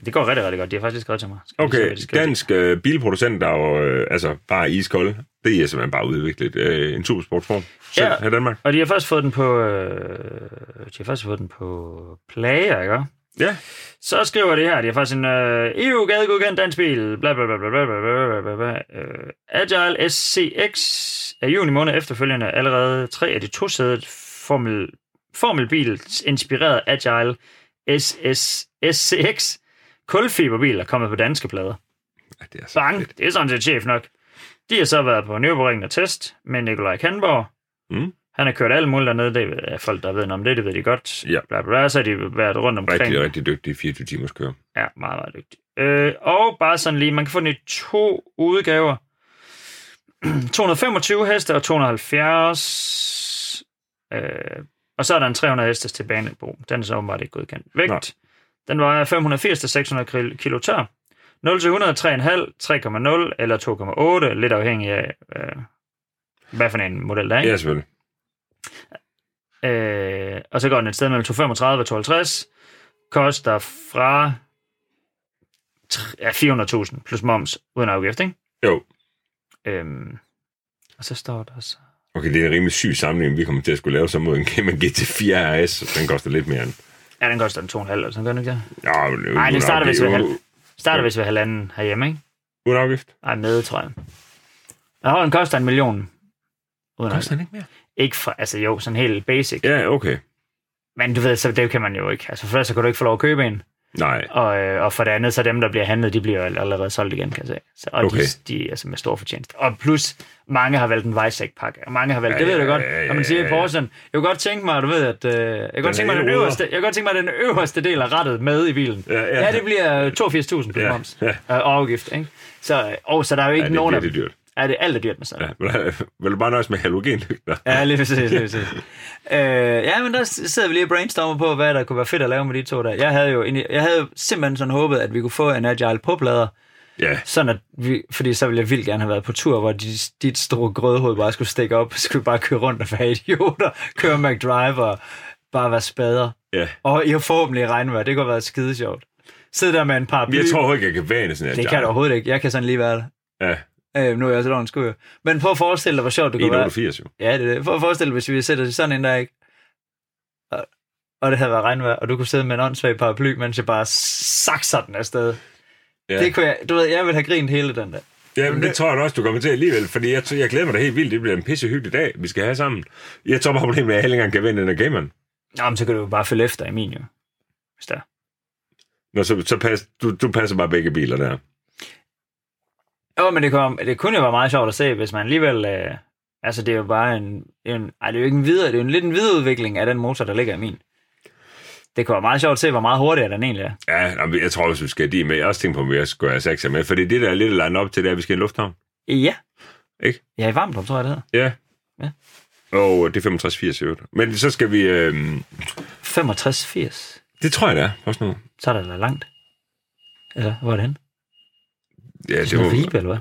B: Det går rigtig, rigtig godt. De har faktisk skrevet til mig. Skal vi se,
A: Okay,
B: hvad de skriver til?
A: dansk øh, bilproducent, der er jo øh, altså, bare iskold. Det er simpelthen bare udviklet øh, en supersportsform selv
B: Ja.
A: her i Danmark.
B: Og de har først fået den på... Øh, de har først fået den på player, ikke?
A: Ja,
B: Så skriver det her, det er faktisk en øh, EU-gadegodkendt dansk bil, bla bla bla bla bla bla bla bla bla bla. Øh, Agile SCX er i juni måned efterfølgende allerede tre af de to-sædede formel, formelbil inspireret Agile SS, SCX kulfiberbil er kommet på danske plader.
A: Ej, det er så fedt.
B: Bang, det er sådan set chef nok. De har så været på Nürburgring og test med Nikolaj Kanborg.
A: Mm.
B: Han har kørt alt muligt dernede. Det er folk, der ved noget om det, det ved de godt.
A: Ja.
B: Bla, bla, bla. Så har de været rundt omkring.
A: Rigtig, rigtig dygtig 24 timers kører.
B: Ja, meget, meget dygtig. Øh, og bare sådan lige, man kan få den i to udgaver. 225 heste og 270. Øh, og så er der en 300 hestes til banebrug. Den er så åbenbart ikke godkendt. Vægt.
A: Nej.
B: Den vejer 580 til 600 kil- kilo tør. 0 til 100, 3,5, 3,0 eller 2,8, lidt afhængig af, øh, hvad for en model der er. ikke?
A: Ja, selvfølgelig.
B: Øh, og så går den et sted mellem 235 og 250. Koster fra tr- ja, 400.000 plus moms uden afgift, ikke?
A: Jo.
B: Øhm, og så står der så...
A: Okay, det er en rimelig syg sammenligning, vi kommer til at skulle lave så mod en Cayman GT4 RS, så den koster lidt mere end...
B: Ja, den koster en 2,5 eller sådan, gør den ikke det?
A: Ja, men øh,
B: Nej, den
A: uden
B: starter vist
A: afgift-
B: ved halv.
A: uden-
B: Starter
A: Ja.
B: vist ved halvanden herhjemme, ikke?
A: Uden afgift?
B: Ej, med, tror jeg. Og den koster en million. Uden afgift.
A: den ikke mere?
B: Ikke for, altså jo, sådan helt basic. Ja.
A: Ja, okay.
B: Men du ved, så det kan man jo ikke. Altså for det, så kan du ikke få lov at købe en.
A: Nej,
B: Og, øh, og for det andet, så dem, der bliver handlet, de bliver jo allerede solgt igen, kan jeg sige. Så, og
A: Okay.
B: okay. de, de er altså med stor fortjeneste. Og plus, mange har valgt en Weissach-pakke. Og mange har valgt,
A: Ja,
B: ja, det ved
A: ja,
B: du godt,
A: ja, ja,
B: når man siger
A: ja,
B: i
A: ja.
B: Porsen, jeg kunne godt tænke mig, du ved, at øh, jeg kunne godt tænke mig,
A: ene
B: den
A: ruder.
B: øverste, jeg kunne godt tænke mig, den øverste del af rettet med i bilen.
A: Ja, ja.
B: ja det bliver 82.000 på
A: Ja,
B: ja, moms
A: ja.
B: ja. og afgift, ikke? Så, øh, og, så der er jo ikke
A: ja,
B: ja,
A: det er
B: nogen af
A: virkelig dyrt.
B: Ja, det er alt er dyrt med sådan noget.
A: Ja, vil- vil du bare nøjes med halogenlygter?
B: Ja, lige præcis, lige præcis. øh, ja, men der sidder vi lige og brainstormer på, hvad der kunne være fedt at lave med de to der. Jeg havde jo egentlig- jeg havde simpelthen sådan håbet, at vi kunne få en agile poplader,
A: Ja,
B: sådan at vi, fordi så ville jeg vildt gerne have været på tur, hvor dit, dit store grødhoved bare skulle stikke op, så skulle vi bare køre rundt og være idioter, køre McDrive og bare være spader.
A: ja.
B: Og i har forhåbentlig regnvejr, det kunne have været skide sjovt. Sidde der med en par
A: Men Jeg tror ikke, jeg kan vane sådan her.
B: Det kan du overhovedet ikke. Jeg kan sådan lige være der.
A: Ja,
B: Øh, nu er jeg også lovens skud, jo. Men prøv at forestille dig, hvor sjovt det kunne være.
A: 1,88 jo.
B: Ja, det er det. Prøv at forestille dig, hvis vi sætter os sådan en der, ikke? Og, og det havde været regnvejr, og du kunne sidde med en åndssvag paraply, mens jeg bare sakser den afsted.
A: Ja.
B: Ja. Det kunne jeg, du ved, jeg ville have grint hele den der.
A: Jamen, det tror jeg da også, du kommer til alligevel, fordi jeg, jeg glæder mig da helt vildt. Det bliver en pissehyggelig dag, vi skal have sammen. Jeg tror bare, problemet er, at jeg ikke engang kan vinde den af gameren.
B: Nå, men så kan du jo bare følge efter i min, jo. Hvis der.
A: Nå, så, så pas, du, du passer bare begge biler der.
B: Jo, men det, kom, det kunne jo være meget sjovt at se, hvis man alligevel... Øh, altså, det er jo bare en... en ej, det er jo ikke en videre... Det er jo en lidt en videreudvikling af den motor, der ligger i min. Det kunne være meget sjovt at se, hvor meget hurtigere den egentlig er.
A: Ja, jamen, jeg tror også, vi skal have de med. Jeg har også tænkt på, om vi skal have sexer med, fordi det, der er lidt at line op til, det er, at vi skal i en lufthavn.
B: Ja.
A: Ikke?
B: Ja, i Varmdrup, tror jeg, det hedder.
A: Ja.
B: Ja.
A: Og det er 65-80 i øvrigt. Men så skal vi... Øh,
B: 65-80.
A: det tror jeg, det er. Også noget.
B: Så er det da langt. Eller, hvor er det henne?
A: Ja,
B: Det var Ribe, eller hvad?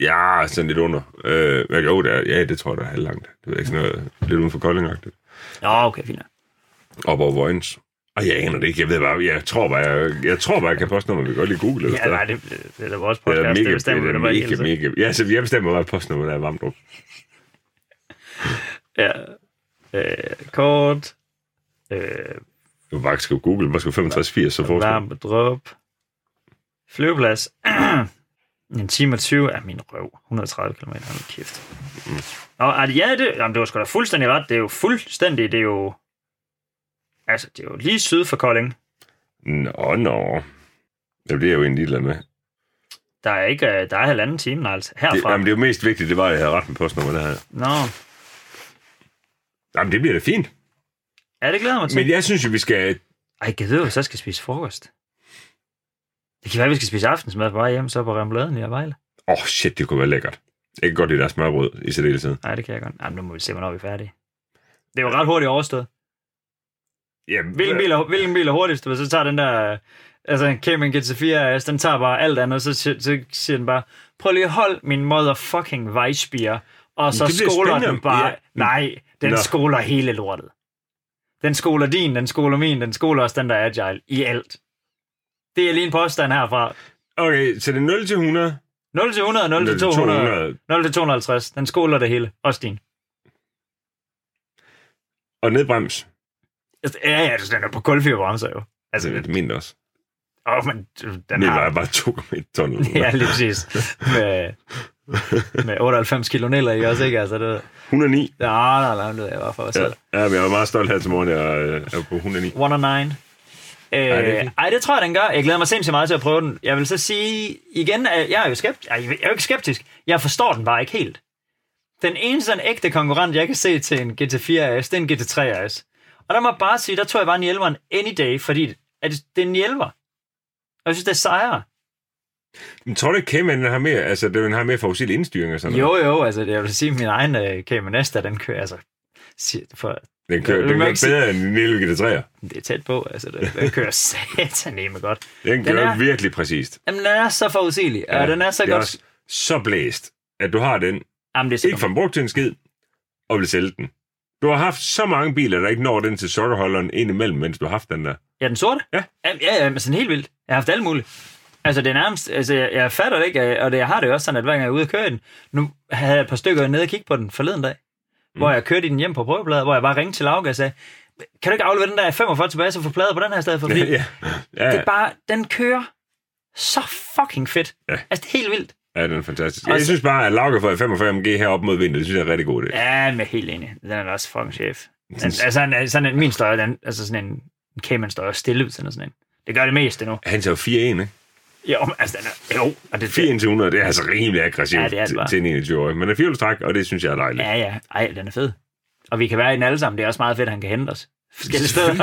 A: Ja, sådan lidt under. Øh, men jo, det er, ja, det tror jeg, der er halvlangt. Det ved jeg ikke sådan noget. Lidt uden for koldingagtigt.
B: Nå, okay, fint. nok.
A: Op over Vojens. Og jeg aner det ikke. Jeg ved bare, jeg tror bare, jeg, jeg, tror bare, jeg kan postnummer. Vi kan godt lige google det.
B: Ja, nej, det, det er da vores
A: det
B: podcast,
A: er mega, det
B: bestemmer
A: er
B: vi da bare
A: mega,
B: hele tiden.
A: mega, Ja, så jeg bestemmer bare postnummer, der er Vamdrup.
B: Ja. Øh, kort. Øh,
A: Du kan bare skrive Google, bare skrive 6580, så forstår
B: Varmedrup. Flyveplads. en time og 20 er min røv. 130 km. Hold kæft.
A: Mm.
B: Nå, er det, ja, det, jamen, det var sgu da fuldstændig ret. Det er jo fuldstændig, det er jo... Altså, det er jo lige syd for Kolding.
A: Nå, nå. Det bliver jeg jo egentlig ligeglad med.
B: Der er ikke, øh, der er halvanden time, altså,
A: Det,
B: herfra.
A: jamen, det er jo mest vigtigt, det var, at jeg havde ret med postnummer, det her.
B: Nå,
A: Jamen, det bliver da fint.
B: ja, det glæder jeg mig til.
A: Men jeg synes jo, vi skal...
B: Ej, kan vide, hvis jeg skal spise frokost? Det kan være, vi skal spise aftensmad på vej hjem, så på Rambladen i Vejle.
A: Åh, oh, shit, det kunne være lækkert. Jeg kan godt lide deres smørbrød i særdeleshed.
B: Nej, det kan jeg godt. Jamen, nu må vi se, hvornår vi er færdige. Det er jo ret hurtigt overstået.
A: Jamen,
B: Hvilken bil er, hvilken bil er hurtigst? Du ved, Så tager den der... øh, Altså, en Cayman GT4 RS, den tager bare alt andet, så, si- så siger den bare, prøv lige at holde min motherfucking vejspiger, og så
A: det bliver
B: skoler den
A: spændende.
B: bare...
A: Ja.
B: Ja. Nej, den
A: Nå.
B: Nå. skoler hele lortet. Den skoler din, den skoler min, den skoler også den, der er agile. I alt. Det er lige en påstand herfra.
A: Okay, så det er 0 til 100.
B: 0 til 100, 0 til 200, 0 til 250. Den skoler det hele. Også din.
A: Og nedbrems.
B: Altså, Ja, ja, altså, den er på kulfiberbremser jo.
A: Altså,
B: Altså,
A: det er mindre også.
B: åh, men øh, den
A: Den
B: har...
A: vejer bare 2,1 ton.
B: Ja, lige præcis. Med, med 98 kilo neller i også, ikke? Altså, det,
A: 109.
B: ja, nej, nej, det ved jeg bare for os
A: Ja.
B: selv.
A: ja, men jeg var meget stolt her til morgen, jeg øh, er på 109.
B: One and nine.
A: det er
B: Øh,
A: fint.
B: ej, det tror jeg, den gør. Jeg glæder mig sindssygt meget til at prøve den. Jeg vil så sige igen, at jeg er jo skeptisk. Ej, jeg er jo ikke skeptisk. Jeg forstår den bare ikke helt. Den eneste sådan ægte konkurrent, jeg kan se til en GT4 RS, det er en GT3 RS. Og der må jeg bare sige, der tror jeg bare en hjælperen any day, fordi at det er en hjælper. Og jeg synes, det er sejere.
A: Men tror du ikke, Cayman har mere, altså, den har mere forudsigelig indstyring og sådan noget?
B: Jo, jo, altså det- jeg vil sige, at min egen øh, Cayman S, der, den kører, altså, siger- for,
A: Den kører,
B: Jo,
A: den
B: man
A: kører
B: kan sige-
A: bedre end en lille GT3'er.
B: det er tæt på, altså det, den kører sataneme godt.
A: Den kører
B: er-
A: virkelig præcist.
B: Jamen, den er så forudsigelig, ja, og den er så
A: det
B: godt...
A: også så blæst, at du har den.
B: Jamen, det er så
A: Ikke for den brugt til en skid, og vil sælge den. Du har haft så mange biler, der ikke når den til sokkerholderen ind imellem, mens du har haft den der.
B: Ja, den sorte?
A: Ja.
B: Jamen, ja, ja, men sådan helt vildt. Jeg har haft alt muligt. Altså, det er nærmest... Altså, jeg, jeg fatter det ikke, øh, og det, jeg har det jo også sådan, at hver gang jeg er ude og køre i den... Nu havde jeg et par stykker nede og kigge på den forleden dag, mm. hvor jeg kørte i den hjem på prøveplader, hvor jeg bare ringte til Lauke og sagde, kan du ikke aflevere den der 45 tilbage, så få plader på den her i stedet for? Fordi ja,
A: ja,
B: det
A: ja,
B: er bare... Den kører så fucking fedt.
A: Ja.
B: Altså, det er helt vildt.
A: ja, den er fantastisk.
B: Og
A: Jeg
B: så-
A: synes bare, at Lauke fra 45 MG heroppe mod vinter, det synes jeg er rigtig god idé.
B: Ja, men jeg er helt enig. Den er da også fucking chef. Den, altså, sådan, sådan en, min støj, den, altså sådan en, en Cayman står også stille ud til sådan en. Det gør det meste nu.
A: Han tager 4-1, ikke?
B: Jo, men altså, den er, jo, og det,
A: 4 til 100, det er altså rimelig aggressivt
B: Ja, det er det
A: til-
B: bare.
A: til en 21-årig. Men det er firehjulstræk, og det synes jeg er dejligt.
B: Ja, ja. Ej, den er fed. Og vi kan være i den alle sammen. Det er også meget fedt, at han kan hente os. Forskellige steder.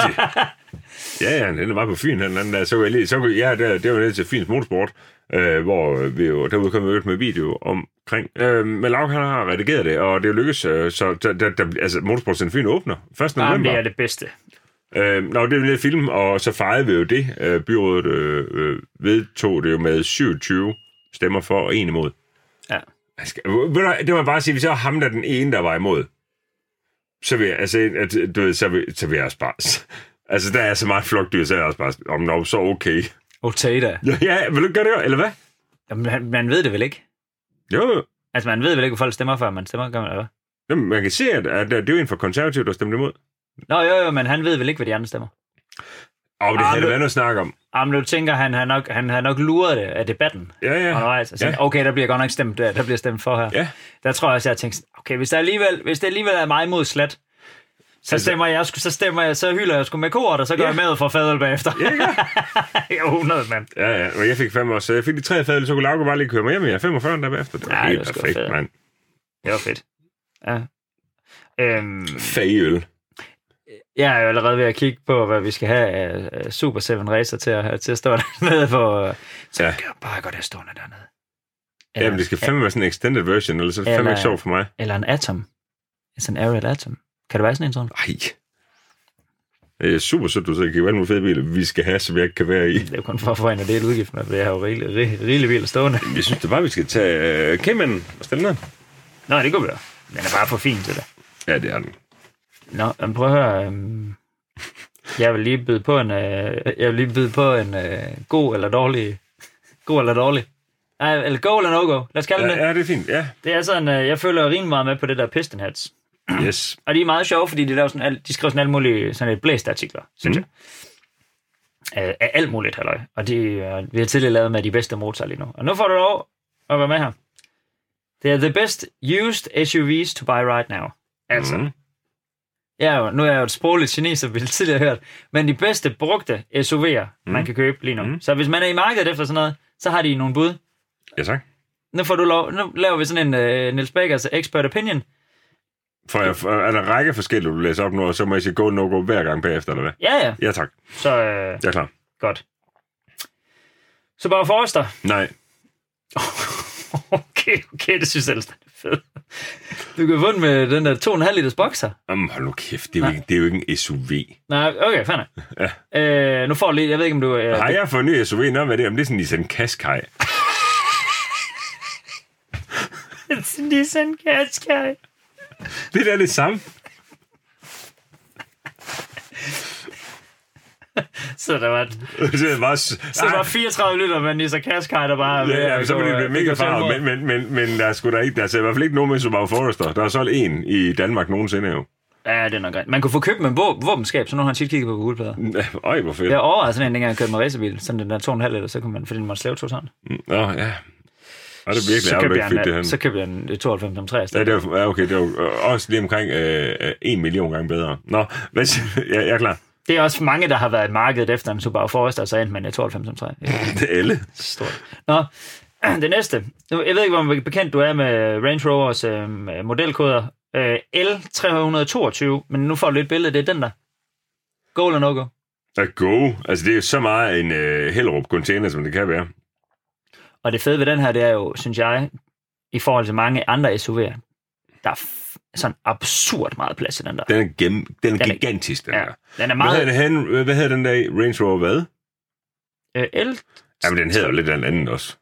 A: Ja, ja, den var på Fyn den anden dag. Så kunne jeg lige, så kunne, ja, det, det var ned til Fyns Motorsport, øh, hvor vi jo, der udkom vi jo med video omkring. Øh, men Lauk, han har redigeret det, og det er lykkedes. Øh, så der, der, der, altså, Motorsport Center Fyn åbner 1.
B: Jamen,
A: november.
B: det er det bedste.
A: Øh, nå, det er jo lidt film, og så fejrede vi jo det. Øh, byrådet øh, øh, vedtog det jo med 27 stemmer for og en imod.
B: Ja.
A: Altså, ved du, hvad, det må jeg bare sige, hvis jeg var ham, der er den ene, der var imod, så vil jeg, altså, at, du ved, så vil, så vil jeg også bare... Altså, der er så meget flokdyr, så er jeg også bare, om nå, så okay.
B: Otata.
A: Ja, ja, vil du ikke gøre det, eller hvad?
B: Jamen, han- man ved det vel ikke?
A: Jo, jo.
B: Altså, man ved vel ikke, hvor folk stemmer, før man stemmer, gør man eller hvad?
A: Jamen, man kan se, at, at det er jo en for konservativ, der stemte imod.
B: Nå, jo, jo, men han ved vel ikke, hvad de andre stemmer.
A: Og det
B: Ah,
A: havde
B: men-
A: der været noget snak om.
B: Jamen, nu tænker han, han nok, han har nok luret det af debatten.
A: Ja, ja.
B: undervejs, og tænkte,
A: Ja.
B: okay, der bliver godt nok stemt, der, der bliver stemt for her.
A: Ja.
B: Der tror jeg også, jeg tænkte, sådan, okay, hvis, der alligevel, hvis det alligevel er mig mod slat, så
A: Altså-
B: stemmer jeg, sgu- så stemmer jeg, så hylder jeg sgu med kort, og så går
A: Ja.
B: ja. jeg med for fadøl bagefter.
A: Ja, ja.
B: jo, 100, mand.
A: Ja, ja, og jeg fik fem år, så jeg fik de tre fadøl, så kunne Lauke bare lige køre mig hjem, jeg er 45 der bagefter. Det var
B: Ja, det
A: helt
B: var sgu
A: perfekt,
B: fedt.
A: mand.
B: Det var fedt. Ja. Øhm,
A: Fagøl.
B: jeg er jo allerede ved at kigge på, hvad vi skal have af af Super 7 Racer til at, til at stå dernede for. øh, Så
A: Ja.
B: ja. bare godt have stående dernede. Eller,
A: Jamen, det skal fandme være sådan en extended version, eller så er det fandme
B: Eller-
A: ikke sjovt for mig.
B: eller en Atom. Sådan en Ariel Atom. Kan det være sådan en, tror du?
A: Ej. Det er Øh, super sødt, du så kan være nogle fede biler, vi skal have, som jeg ikke kan være i.
B: Det er jo kun for at få en af del udgiften, for jeg har jo rigelige rig, rigelig biler stående.
A: Jeg synes det bare, vi skal tage uh, Cayman og stille ned.
B: Nå, det kunne vi da. Den er bare for fin til det.
A: Ja, det er den.
B: Nå, men prøv at høre. øhm, Jeg vil lige byde på en, øh, jeg vil lige byde på en øh, god eller dårlig. God eller dårlig. Nej, eller go eller no-go. Lad os kalde den det.
A: Ja, ja det er fint. Ja,
B: Det er sådan, øh, jeg føler rimelig meget med på det der Piston Hats.
A: yes.
B: Og de er meget sjove, fordi de, laver sådan, alt- de skriver sådan alle mulige sådan lidt blæst artikler, synes
A: Mm.
B: mm. jeg. Øh, Af alt muligt, halløj. Og det, øh, vi har tidligere lavet med de bedste motorer lige nu. Og nu får du lov at være med her. Det er the best used SUVs to buy right now. Altså, mm.
A: Mm.
B: jeg er jo, nu er jeg jo et sprogligt geni, som vi tidligere har hørt. Men de bedste brugte SUV'er, mm. man kan købe lige nu.
A: Mm.
B: Mm. Så hvis man er i markedet efter sådan noget, så har de nogle bud.
A: Ja, tak.
B: Nu, får du lov, nu laver vi sådan en uh, Niels Bagers expert opinion.
A: For jeg, for, er der en række forskellige, du læser op nu, og så må jeg sige go, no, go hver gang bagefter, eller hvad?
B: Ja, ja.
A: Ja, tak.
B: Så øh,
A: Jeg er klar.
B: Godt. Så bare Forrester.
A: Nej.
B: Okay, okay, det synes jeg ellers er fedt. Du kan få den med den der 2,5 liters boxer.
A: Jamen, hold nu kæft, det er, jo ikke, det er jo ikke en SUV.
B: Nej, okay, fanden.
A: Ja.
B: Øh, nu får du lige, jeg ved ikke, om du... Øh,
A: Har jeg fået en ny SUV? Nå, hvad er det? Jamen, det er sådan en Nissan Qashqai.
B: Nissan Qashqai.
A: Det der er det samme.
B: Så der var,
A: Det er Ah. bare...
B: så der var
A: Så
B: 34 liter med Nissan Qashqai, der bare...
A: Ja, ja, så må det blive mega farvet, men,
B: men...
A: men, men, men der er sgu da ikke, der er altså i hvert fald ikke nogen med Subaru Forester. Der er solgt en i Danmark nogensinde jo.
B: Ja, det er nok rigtigt. Man kunne få købt med våb- våbenskab, så nu har han tit kigget på guldplader.
A: Øj, hvor fedt.
B: Jeg overvejede sådan en, dengang jeg kørte med racerbil, sådan den der 2,5 liter, så kunne man, fordi den måtte slave to sådan.
A: Nå, ja. Og det er virkelig
B: så
A: ærgerligt,
B: købte jeg
A: at du ikke fik det
B: en,
A: hen.
B: så købte jeg en 92 om 3
A: Ja, det var, ja, okay, det var øh, også lige omkring øh, øh, en million gange bedre. Nå, hvad siger ja, Jeg er klar.
B: Det er også mange, der har været i markedet efter en Subaru Forester, og så endte man i 92 som 3.
A: Det er alle.
B: Stort. Nå, det næste. Nu, Jeg ved ikke, hvor bekendt du er med Range Rovers øh, modelkoder. Øh, L322, men nu får du lidt billede. Det er den der. Go eller no go?
A: Er go. Altså, det er jo så meget en øh, Hellerup container, som det kan være.
B: Og det fede ved den her, det er jo, synes jeg, i forhold til mange andre SUV'er, der er f- sådan absurd meget plads i den der.
A: Den er, gennem, den er
B: Den er-
A: gigantisk, den
B: Ja,
A: der.
B: den er
A: Hvad hedder,
B: meget...
A: det, hen, hvad hedder den der i? Range Rover hvad?
B: Øh, L...
A: Jamen, den hedder jo lidt af en anden også.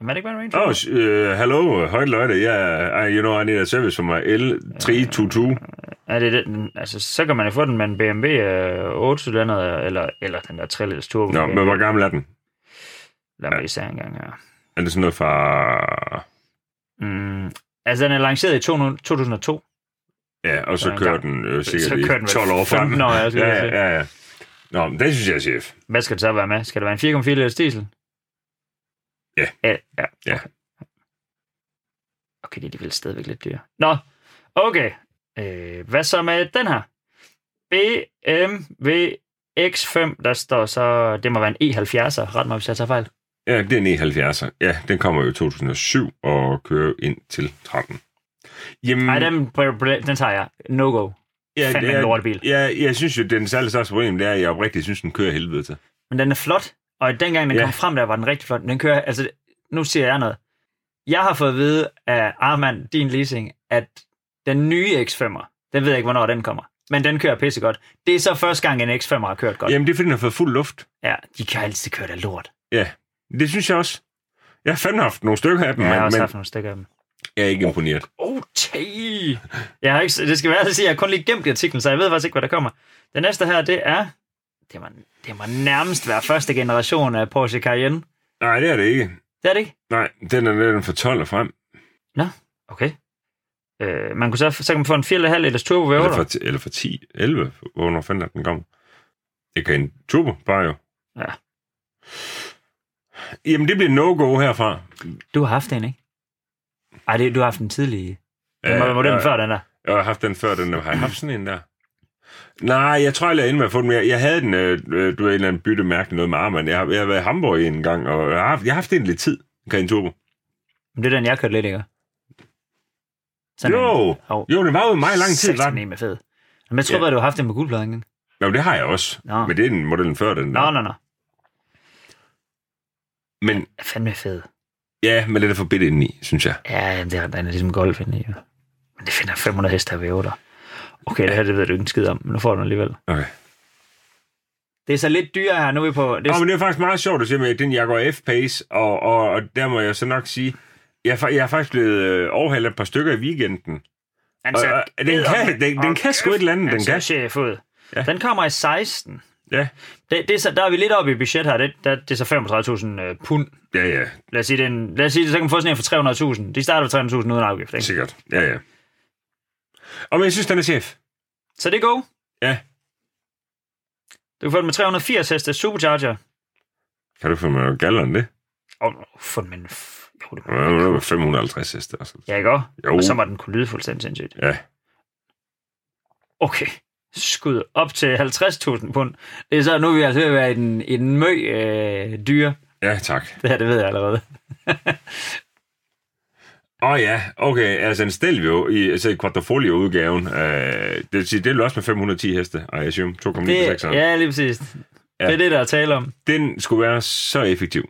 B: Jamen, er det ikke bare en Range
A: Åh,
B: Rover?
A: oh, øh, hallo, højt løjte. Jeg, I, you know, I need a service for my L322.
B: Ja, det er den, altså, så kan man jo få den med en BMW øh, 8-cylinder, eller, eller den der 3 liters turbo.
A: Nå, men hvor gammel er den?
B: Lad mig lige se en gang her.
A: Er det sådan noget fra...
B: Mm, altså, den er lanceret i 2000 2002.
A: Ja, og så
B: Den er
A: kører den
B: gammel.
A: øh, sikkert
B: Så
A: i
B: kører den vel
A: 12 år frem.
B: 15 år, jeg skulle
A: ja,
B: lige sige.
A: ja, ja, ja. Nå, men det synes jeg er chef.
B: Hvad skal det så være med? Skal det være en 4,4 liters diesel?
A: Ja.
B: Ja, ja.
A: Ja.
B: Okay, okay det er alligevel stadigvæk lidt dyre. Nå, okay. Øh, hvad så med den her? BMW X5, der står så... Det må være en E70'er. Ret mig, hvis jeg tager fejl.
A: Ja, det er en E70'er. Ja, den kommer jo i 2007 og kører ind til 13. Jamen,
B: Nej, den, den tager jeg. No go.
A: Mm. ja,
B: fandme en lortebil.
A: Ja, jeg synes jo, det er den særlig største problem, det er, at jeg oprigtigt synes, den kører af helvede til.
B: Men den er flot, og dengang den
A: Ja.
B: ja. kom frem, der var den rigtig flot. Den kører, altså, nu siger jeg noget. Jeg har fået at vide af Armand, din leasing, at den nye X5'er, den ved jeg ikke, hvornår den kommer, men den kører pissegodt. Det er så første gang, en X5'er har kørt godt. Yep.
A: Jamen, det er, fordi den har fået fuld luft.
B: Ja, de kan altid køre det lort.
A: Ja, det synes jeg også. Jeg har fandme haft nogle stykker af dem,
B: Jeg har
A: ja, men,
B: også
A: men
B: haft nogle stykker af dem.
A: jeg er ikke imponeret.
B: Okay. Jeg har ikke, det skal være at sige, jeg har kun lige gemt artiklen, så jeg ved faktisk ikke, hvad der kommer. Det næste her, det er... Det må, det må nærmest være første generation af Porsche Cayenne.
A: Nej, det er det ikke.
B: Det er det ikke?
A: Nej, den er den fra 12 og frem.
B: Okay. Øh, man kunne så, så kan man få en 4,5 liters turbo
A: Eller
B: V8.
A: fra, ti- eller fra 10, 11, hvornår fanden er den kommer. Det kan en turbo, bare jo.
B: Ja.
A: Jamen, det bliver no-go herfra.
B: Du har haft en, ikke? Ej, det, du har haft en tidlig... Den var
A: Øh,
B: modellen
A: øh,
B: før, den der.
A: Jeg har haft den før, den har jeg haft sådan en der. Nej, jeg tror aldrig, jeg endte med at få den mere. Jeg havde den, øh, øh, du ved, en eller anden byttemærke, noget med armen. Jeg har, jeg har været i Hamburg en gang, og jeg har haft, jeg har haft den lidt tid, kan en turbo.
B: Men det er den, jeg kørte lidt, ikke?
A: Jo,
B: oh,
A: jo, det var jo meget lang tid. Var den.
B: med fed. Men jeg tror
A: Ja.
B: bare, du har haft den med guldplader engang.
A: Nå, det har jeg også.
B: Nå.
A: Men det er den modellen før, den der.
B: Nå, nå, nå.
A: Men
B: Er fandme fed.
A: ja, men den er for bidt indeni, synes jeg.
B: Ja, jamen, det er, den er ligesom golf inde i. jo. Men det finder 500 hester ved 8. Okay, det her det ved du ikke en skid om, men nu får du den alligevel.
A: Okay.
B: Det er så lidt dyrere her, nu er vi på... Det
A: Nå,
B: er,
A: men det er faktisk meget sjovt at se med den Jaguar F-Pace, og, og, og der må jeg så nok sige, jeg, er fa- jeg er faktisk blevet øh, overhalet et par stykker i weekenden.
B: han
A: Og,
B: ser
A: og, den kan, den, den kan sgu et eller andet,
B: Han
A: den
B: ser
A: kan.
B: chef ud.
A: Ja.
B: Den kommer i 16.
A: Ja,
B: Det, det er så, der er vi lidt oppe i budget her. Det, der, det er så 35.000 øh, pund.
A: ja, ja,
B: Lad os sige, det er en, lad os sige, så kan man få sådan en for 300.000. De starter på 300.000 uden afgift, ikke?
A: sikkert. Ja, ja. Og men jeg synes, den er chef.
B: Så det er go.
A: Ja.
B: Du kan få den med 380 heste supercharger.
A: Kan du få mig galleren det?
B: Og få den med en... f- Jo, det
A: Ja, nu er det 550 heste. Altså.
B: Ja, ikke også?
A: Jo.
B: Og så må den kunne lyde fuldstændig sindssygt.
A: Ja.
B: Okay. Skud op til 50.000 pund. Det er så, nu er vi altså ved at være i den, i den mø øh, dyre.
A: ja, tak.
B: Det her, det ved jeg allerede.
A: Åh oh, ja, okay. Altså en Stelvio i, altså, i quadrifolio-udgaven. Øh, det vil sige, det er vel også med 510 heste, I assume. 2,9
B: Det,
A: det, ja.
B: ja, lige præcis. Ja. Det er det, der er tale om.
A: Den skulle være så effektiv.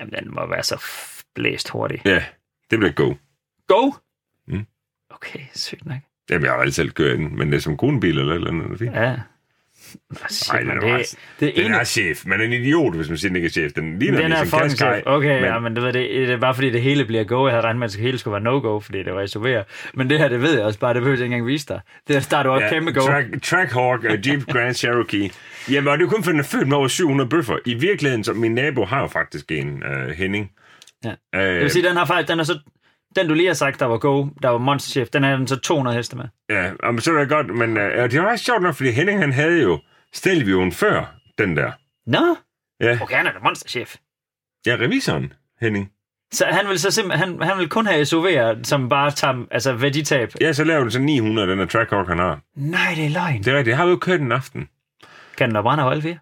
B: Jamen, den må være så f- blæst hurtig.
A: Ja, det bliver go.
B: Go!
A: Mm.
B: Okay, sygt nok.
A: Jamen, jeg har aldrig selv kørt den, men det er som konebil eller et eller andet. er det fint?
B: Ja. Nå, shit,
A: Ej,
B: man,
A: den er
B: det,
A: ret-
B: det er
A: Den
B: ene,
A: er chef, men en idiot, hvis man siger, den ikke er chef. Den ligner
B: den er
A: ligesom
B: fucking
A: Qashqai,
B: chef. Okay, men...
A: men-
B: ja, men det, ved, det, det er bare fordi, det hele bliver go. Jeg havde regnet med, at det hele skulle være no-go, fordi det var SUV'er. Men det her, det ved jeg også bare, det behøver jeg ikke engang vise dig. Det her starter op ja, kæmpe go.
A: Track, Trackhawk og Jeep Grand Cherokee. Jamen, og det er kun for, den er født med over 700 bøffer. I virkeligheden, så min nabo har jo faktisk en øh, Henning.
B: Ja.
A: Øh,
B: Det vil sige, den har faktisk, den er så, den du lige har sagt, der var go, der var monsterchef, den er den så 200 heste med.
A: ja, og så er det godt, men øh, og det var faktisk sjovt nok, fordi Henning han havde jo Stelvioen før den der.
B: Nå,
A: Ja,
B: okay, han er da monsterchef.
A: ja revisoren, Henning.
B: Så han vil så simpelthen, han, han vil kun have SUV'er, som bare tager, altså værditab.
A: Ja, så laver den så 900, den der Trackhawk, han har.
B: Nej, det er løgn.
A: Det er rigtigt, jeg har jo kørt en aften.
B: Kan den da brænde og holde fire?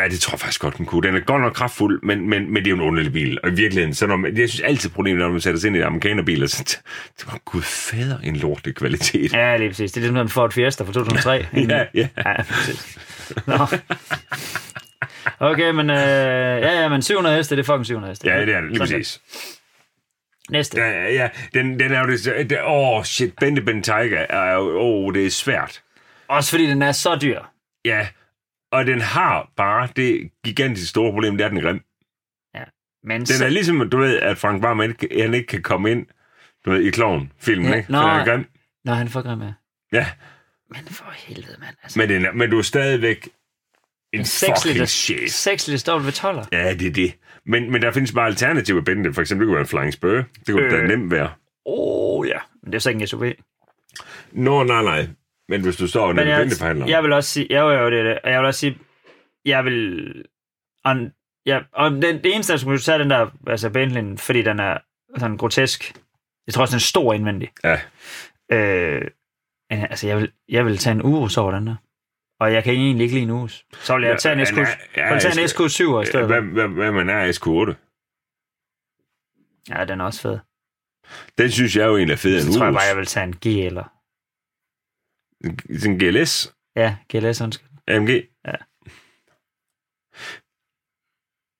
A: Ja, det tror jeg faktisk godt, den kunne. Den er godt nok kraftfuld, men, men, men det er jo en underlig bil. Og i virkeligheden, så når man, jeg synes altid problemet, er, når man sætter sig ind i amerikanerbiler, så t- det var gud fader en lortelig kvalitet.
B: Ja, lige præcis. Det er ligesom en Ford Fiesta fra 2003.
A: Ja, ja.
B: ja præcis. Nå. Okay, men, øh, ja, ja, men 700 heste, det er fucking 700 heste.
A: Ja, det er det, lige
B: Sådan
A: præcis.
B: der. Næste.
A: Ja, ja, ja. Den, den er jo det... det åh, oh, shit. Bente Bentayga er jo... Åh, oh, det er svært.
B: Også fordi den er så dyr.
A: Ja. Og den har bare det gigantisk store problem, det er den er grim.
B: Men
A: Den er ligesom, du ved, at Frank Barman ikke, han ikke kan komme ind, du ved, i kloven filmen
B: Ja,
A: ikke?
B: nå.
A: Den er grim.
B: Nå, han får grim, ja.
A: Ja.
B: Men for helvede, mand. Altså,
A: Men, den er, men du er stadigvæk en
B: 6
A: fucking
B: liters,
A: chef.
B: 6 liters dobbelt ved 12'er.
A: Ja, det er det. Men, men der findes bare alternativer i Bente. For eksempel, det kunne være en flying spur. Det kunne
B: Øh.
A: øh. da nemt være.
B: Åh, oh, ja. Men det er så ikke en SUV.
A: Nå, nej, nej. Men hvis du står og
B: Men
A: en
B: jeg,
A: Bente-forhandler.
B: jeg vil også sige, jeg vil jo det, er det, og jeg vil også sige, jeg vil, og, ja, og den, det eneste, jeg skulle tage den der, altså Bentley'en, fordi den er sådan grotesk. Jeg tror også, den er stor indvendig.
A: Ja.
B: Øh, men altså, jeg vil, jeg vil tage en Urus over den der. Og jeg kan egentlig ikke lide en Urus. Så vil jeg
A: Ja,
B: tage en
A: men
B: SQ,
A: ja,
B: ja,
A: ja,
B: ja, tage en
A: jeg skal-
B: SQ7 i stedet.
A: Hvad,
B: for.
A: hvad, hvad man er SK8.
B: Ja, den er også fed.
A: Den synes jeg jo egentlig er fed
B: Så
A: end
B: tror jeg bare, jeg
A: Urus.
B: vil tage en G eller...
A: Sådan en GLS,
B: Ja, GLS, undskyld.
A: AMG.
B: Ja.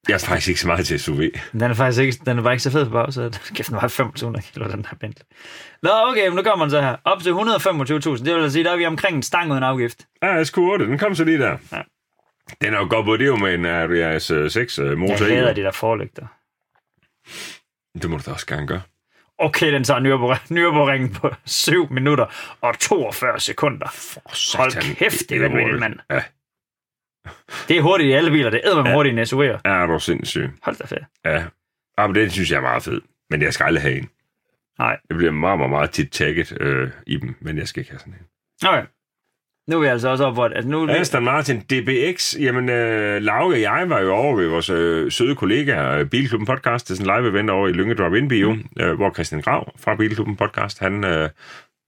A: Jeg er faktisk ikke så meget til SUV.
B: Men Den er faktisk ikke, den er bare ikke så fed på bagsædet. Kæft, den var 2500 kilo, den der Bentley. Nå, okay, men nu kommer den så her. Op til 125.000. Det vil altså sige, der er vi omkring en stang uden afgift.
A: Ja, SQ8, den kom så lige der.
B: Ja.
A: Den er jo godt på, det er jo med en Arias 6 øh,
B: Jeg
A: motor. i.
B: hader de der forlygter.
A: Det må du da også gerne gøre.
B: Okay, den tager Nürburgring, Nürburgringen på 7 minutter og 42 sekunder.
A: For
B: Hold
A: satan,
B: kæft, det er vanvittigt,
A: hurtigt.
B: mand.
A: Ja,
B: Det er hurtigt i alle biler. Det æder med hurtigt i en SUV'er.
A: ja, er du sindssyg.
B: Hold da fedt.
A: Ja. Ah, men den synes jeg er meget fed. Men jeg skal aldrig have en.
B: Nej.
A: Jeg bliver meget, meget, meget tit tagget øh, i dem, men jeg skal ikke have sådan en.
B: Okay. Nu er vi altså også op, hvor... Altså nu,
A: Aston Martin DBX. Jamen, øh, Lauke og jeg var jo over ved vores øh, søde kollega øh, Bilklubben Podcast. Det er sådan en live event over i Lynge Drop In Bio, mm. øh, hvor Christian Grav fra Bilklubben Podcast, han øh,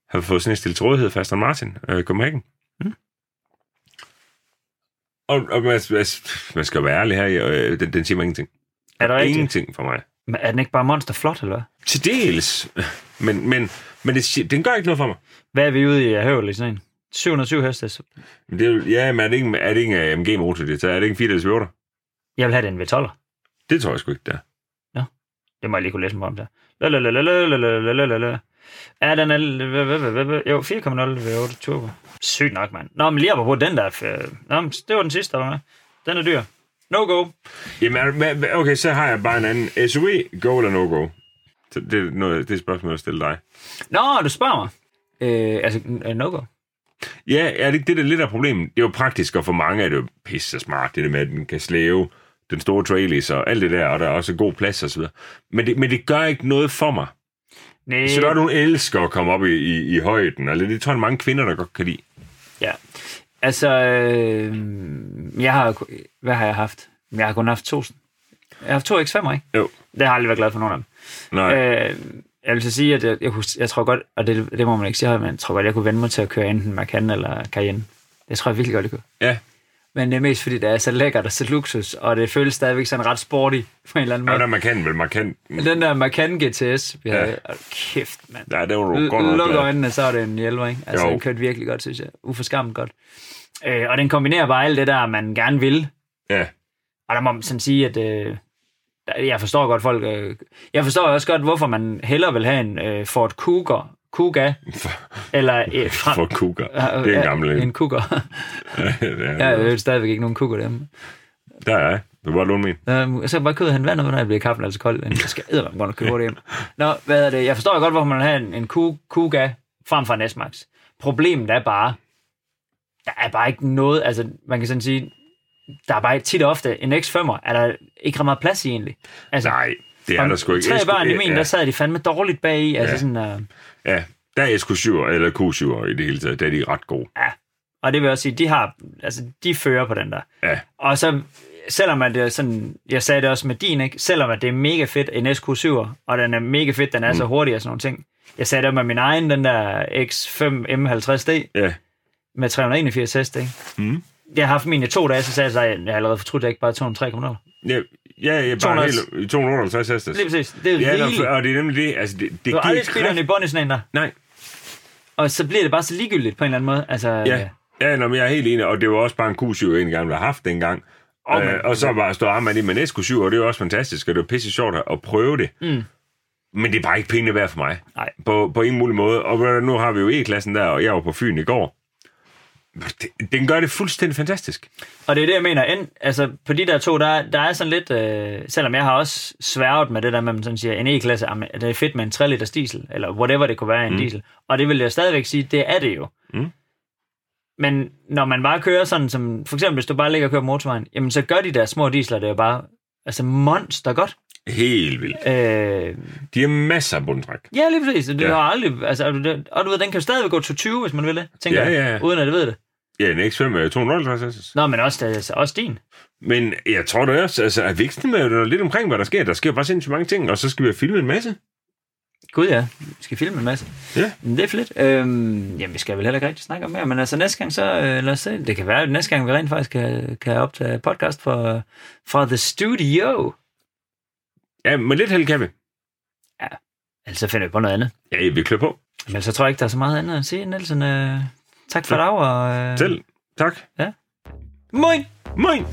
A: havde fået sådan en stille trådighed fra Aston Martin øh, Copenhagen. Mm. Og, og man, man, man skal jo være ærlig her, øh, den, den siger mig ingenting.
B: Er det rigtigt?
A: Ingenting for mig.
B: Men er den ikke bare monsterflot, eller hvad?
A: Til dels. Men, men, men det, siger- den gør ikke noget for mig.
B: Hvad er vi ude i af høvel i sådan en? 707 hestes.
A: Men Det er, jo- ja, men er det ikke, er det ikke en AMG-motor, det tager? Er det ikke en 4
B: Jeg vil have den V12'er.
A: Det tror jeg sgu ikke, der.
B: Det må jeg lige kunne læse mig om der. Lalalalalalalalalala. Ja, den er... hvad, hvad, hvad, hvad, hvad? Jo, 4,0 V8 turbo. Sygt nok, mand. Nå, men lige på den der... øh, Nå, men det var den sidste, der var med. Den er dyr. No go.
A: Jamen, er- hvad- hvad- okay, så har jeg bare en anden. SUV, go eller no-go? Så Det er, noget, det er et spørgsmål, jeg stiller dig.
B: Nå, du spørger mig. Øh, altså, n- no go.
A: Ja, er det ikke det, der lidt er problemet? Det er jo praktisk, og for mange er det jo pisse smart, det der med, at den kan slæve den store trailis og alt det der, og der er også god plads og så videre. Men det, men det gør ikke noget for mig.
B: Nej.
A: Så der er nogen, der elsker at komme op i, i, i højden, eller det tror jeg, mange kvinder, der godt kan lide.
B: Ja. Altså, øh, jeg har... jo ku- Hvad har jeg haft? Jeg har kun haft to. Jeg har haft to X5'er, ikke?
A: Jo.
B: Det har jeg aldrig været glad for nogen af dem.
A: Nej.
B: Øh, jeg vil så sige, at jeg, jeg, kunne, jeg tror godt, og det, det må man ikke sige, højt, men jeg tror godt, jeg kunne vende mig til at køre enten Macan eller Cayenne. Det tror jeg virkelig godt, jeg kunne.
A: Ja,
B: Men det er mest fordi, det er så lækkert og så luksus, og det føles stadigvæk sådan ret sporty på en eller anden
A: ja
B: måde.
A: der er markant, vel markant.
B: Den der Macan GTS, vi havde,
A: Ja.
B: ja. kæft, mand.
A: Ja, det var du godt nok
B: Luk
A: glad.
B: øjnene, så er det en hjælper, ikke? Altså,
A: Jo.
B: den kørte virkelig godt, synes jeg. Uforskammet godt. Øh, og den kombinerer bare alt det der, man gerne vil.
A: Ja,
B: Og der må man sådan sige, at øh, jeg forstår godt folk... Øh, jeg forstår også godt, hvorfor man hellere vil have en øh, Ford Kuga, Kuga eller øh, fra,
A: for kukker. Det er en gammel
B: ja,
A: en.
B: en. Kuga.
A: ja,
B: Jeg ved stadigvæk ikke nogen Kuga dem.
A: der er jeg. Du var låne min.
B: Øh, så bare kød han vandet, når jeg bliver kaffen altså kold. Men jeg skal ædermame godt nok købe hurtigt hjem. Nå, hvad er det? Jeg forstår godt, hvorfor man vil have en, en Ku- Kuga frem for en S-Max. Problemet er bare, der er bare ikke noget... Altså, man kan sådan sige, der er bare tit og ofte en X5'er, er der ikke ret meget plads i egentlig. Altså,
A: Nej, det er
B: Om
A: der sgu ikke.
B: Tre børn i min,
A: ja,
B: der sad de fandme dårligt bag i. Altså
A: Ja.
B: ja. sådan, uh,
A: ja, der er SQ7 eller Q7 i det hele taget. Der er de ret gode.
B: ja. Og det vil jeg også sige, de har, altså de fører på den der.
A: Ja,
B: Og så, selvom at det er sådan, jeg sagde det også med din, ikke? selvom at det er mega fedt, en SQ7'er, og den er mega fedt, den er mm. så hurtig og sådan nogle ting. Jeg sagde det med min egen, den der X5 M50D
A: ja.
B: med 381 hest, ikke?
A: Mm.
B: Jeg har haft mine i to dage, så sagde jeg, så, at jeg har allerede fortrudt, at jeg ikke bare tog en 3,0.
A: Ja, ja, ja bare
B: 200.
A: helt 258 hestes.
B: Lige præcis. Det er jo
A: Ja,
B: ja,
A: der, og det er nemlig det. Altså, det, det
B: Du
A: giver
B: har aldrig spidt den i
A: kraft-
B: bunden i sådan en der.
A: Nej,
B: Og så bliver det bare så ligegyldigt på en eller anden måde. Altså,
A: ja. Ja, nå, men jeg er helt enig, og det var også bare en Q7, jeg egentlig gerne ville have haft dengang.
B: Åh,
A: Oh, øh,
B: men-
A: og så bare stå armand i med E en SQ7, og det er jo også fantastisk, og det er pisse sjovt at- at prøve det.
B: Mm.
A: Men det er bare ikke pengene værd for mig.
B: Nej.
A: På, på ingen mulig måde. Og ved du, nu har vi jo E-klassen der, og jeg var på Fyn i går. Det- Den gør det fuldstændig fantastisk.
B: Og det er det, jeg mener. End, altså, på de der to, der, er- der er sådan lidt... Øh, selvom jeg har også sværget med det der med, at man sådan siger, en E-klasse, jamen, det er fedt med en 3 liters diesel, eller whatever det kunne være en mm. diesel. Og det vil jeg stadigvæk sige, det er det jo.
A: Mm.
B: Men når man bare kører sådan som... For eksempel, hvis du bare ligger og kører på motorvejen, jamen så gør de der små diesler, det er jo bare... Altså monster godt.
A: Helt vildt.
B: Øh,
A: De har masser af bundtræk.
B: ja, lige præcis. Du
A: Ja.
B: ja. har aldrig... Altså, og du- og du ved, den kan jo stadigvæk gå til 20, hvis man vil det, tænker
A: Ja,
B: jeg,
A: ja, ja.
B: uden at det ved det.
A: Ja, E en X5 er jo 250
B: Nå, men også, altså, også din.
A: Men jeg tror da også, altså, at vigtigst er jo lidt omkring, hvad der sker. Der sker bare sindssygt mange ting, og så skal vi have filmet en masse.
B: Gud ja, vi skal filme en masse.
A: Ja.
B: Men det er fedt. Øhm, jamen, vi skal vel heller ikke rigtig snakke om mere, men altså næste gang, så øh, lad os se. Det kan være, at næste gang vi rent faktisk kan, kan optage podcast fra, fra The Studio.
A: Ja, men lidt held kan vi.
B: Ellers Altså, så finder vi på noget andet.
A: Ja, vi klør på.
B: Men altså, så tror jeg ikke, der er så meget andet at sige, Nielsen. Øh, tak for
A: Ja.
B: dig, og... Øh,
A: Selv. Tak.
B: Moin!
A: Moin!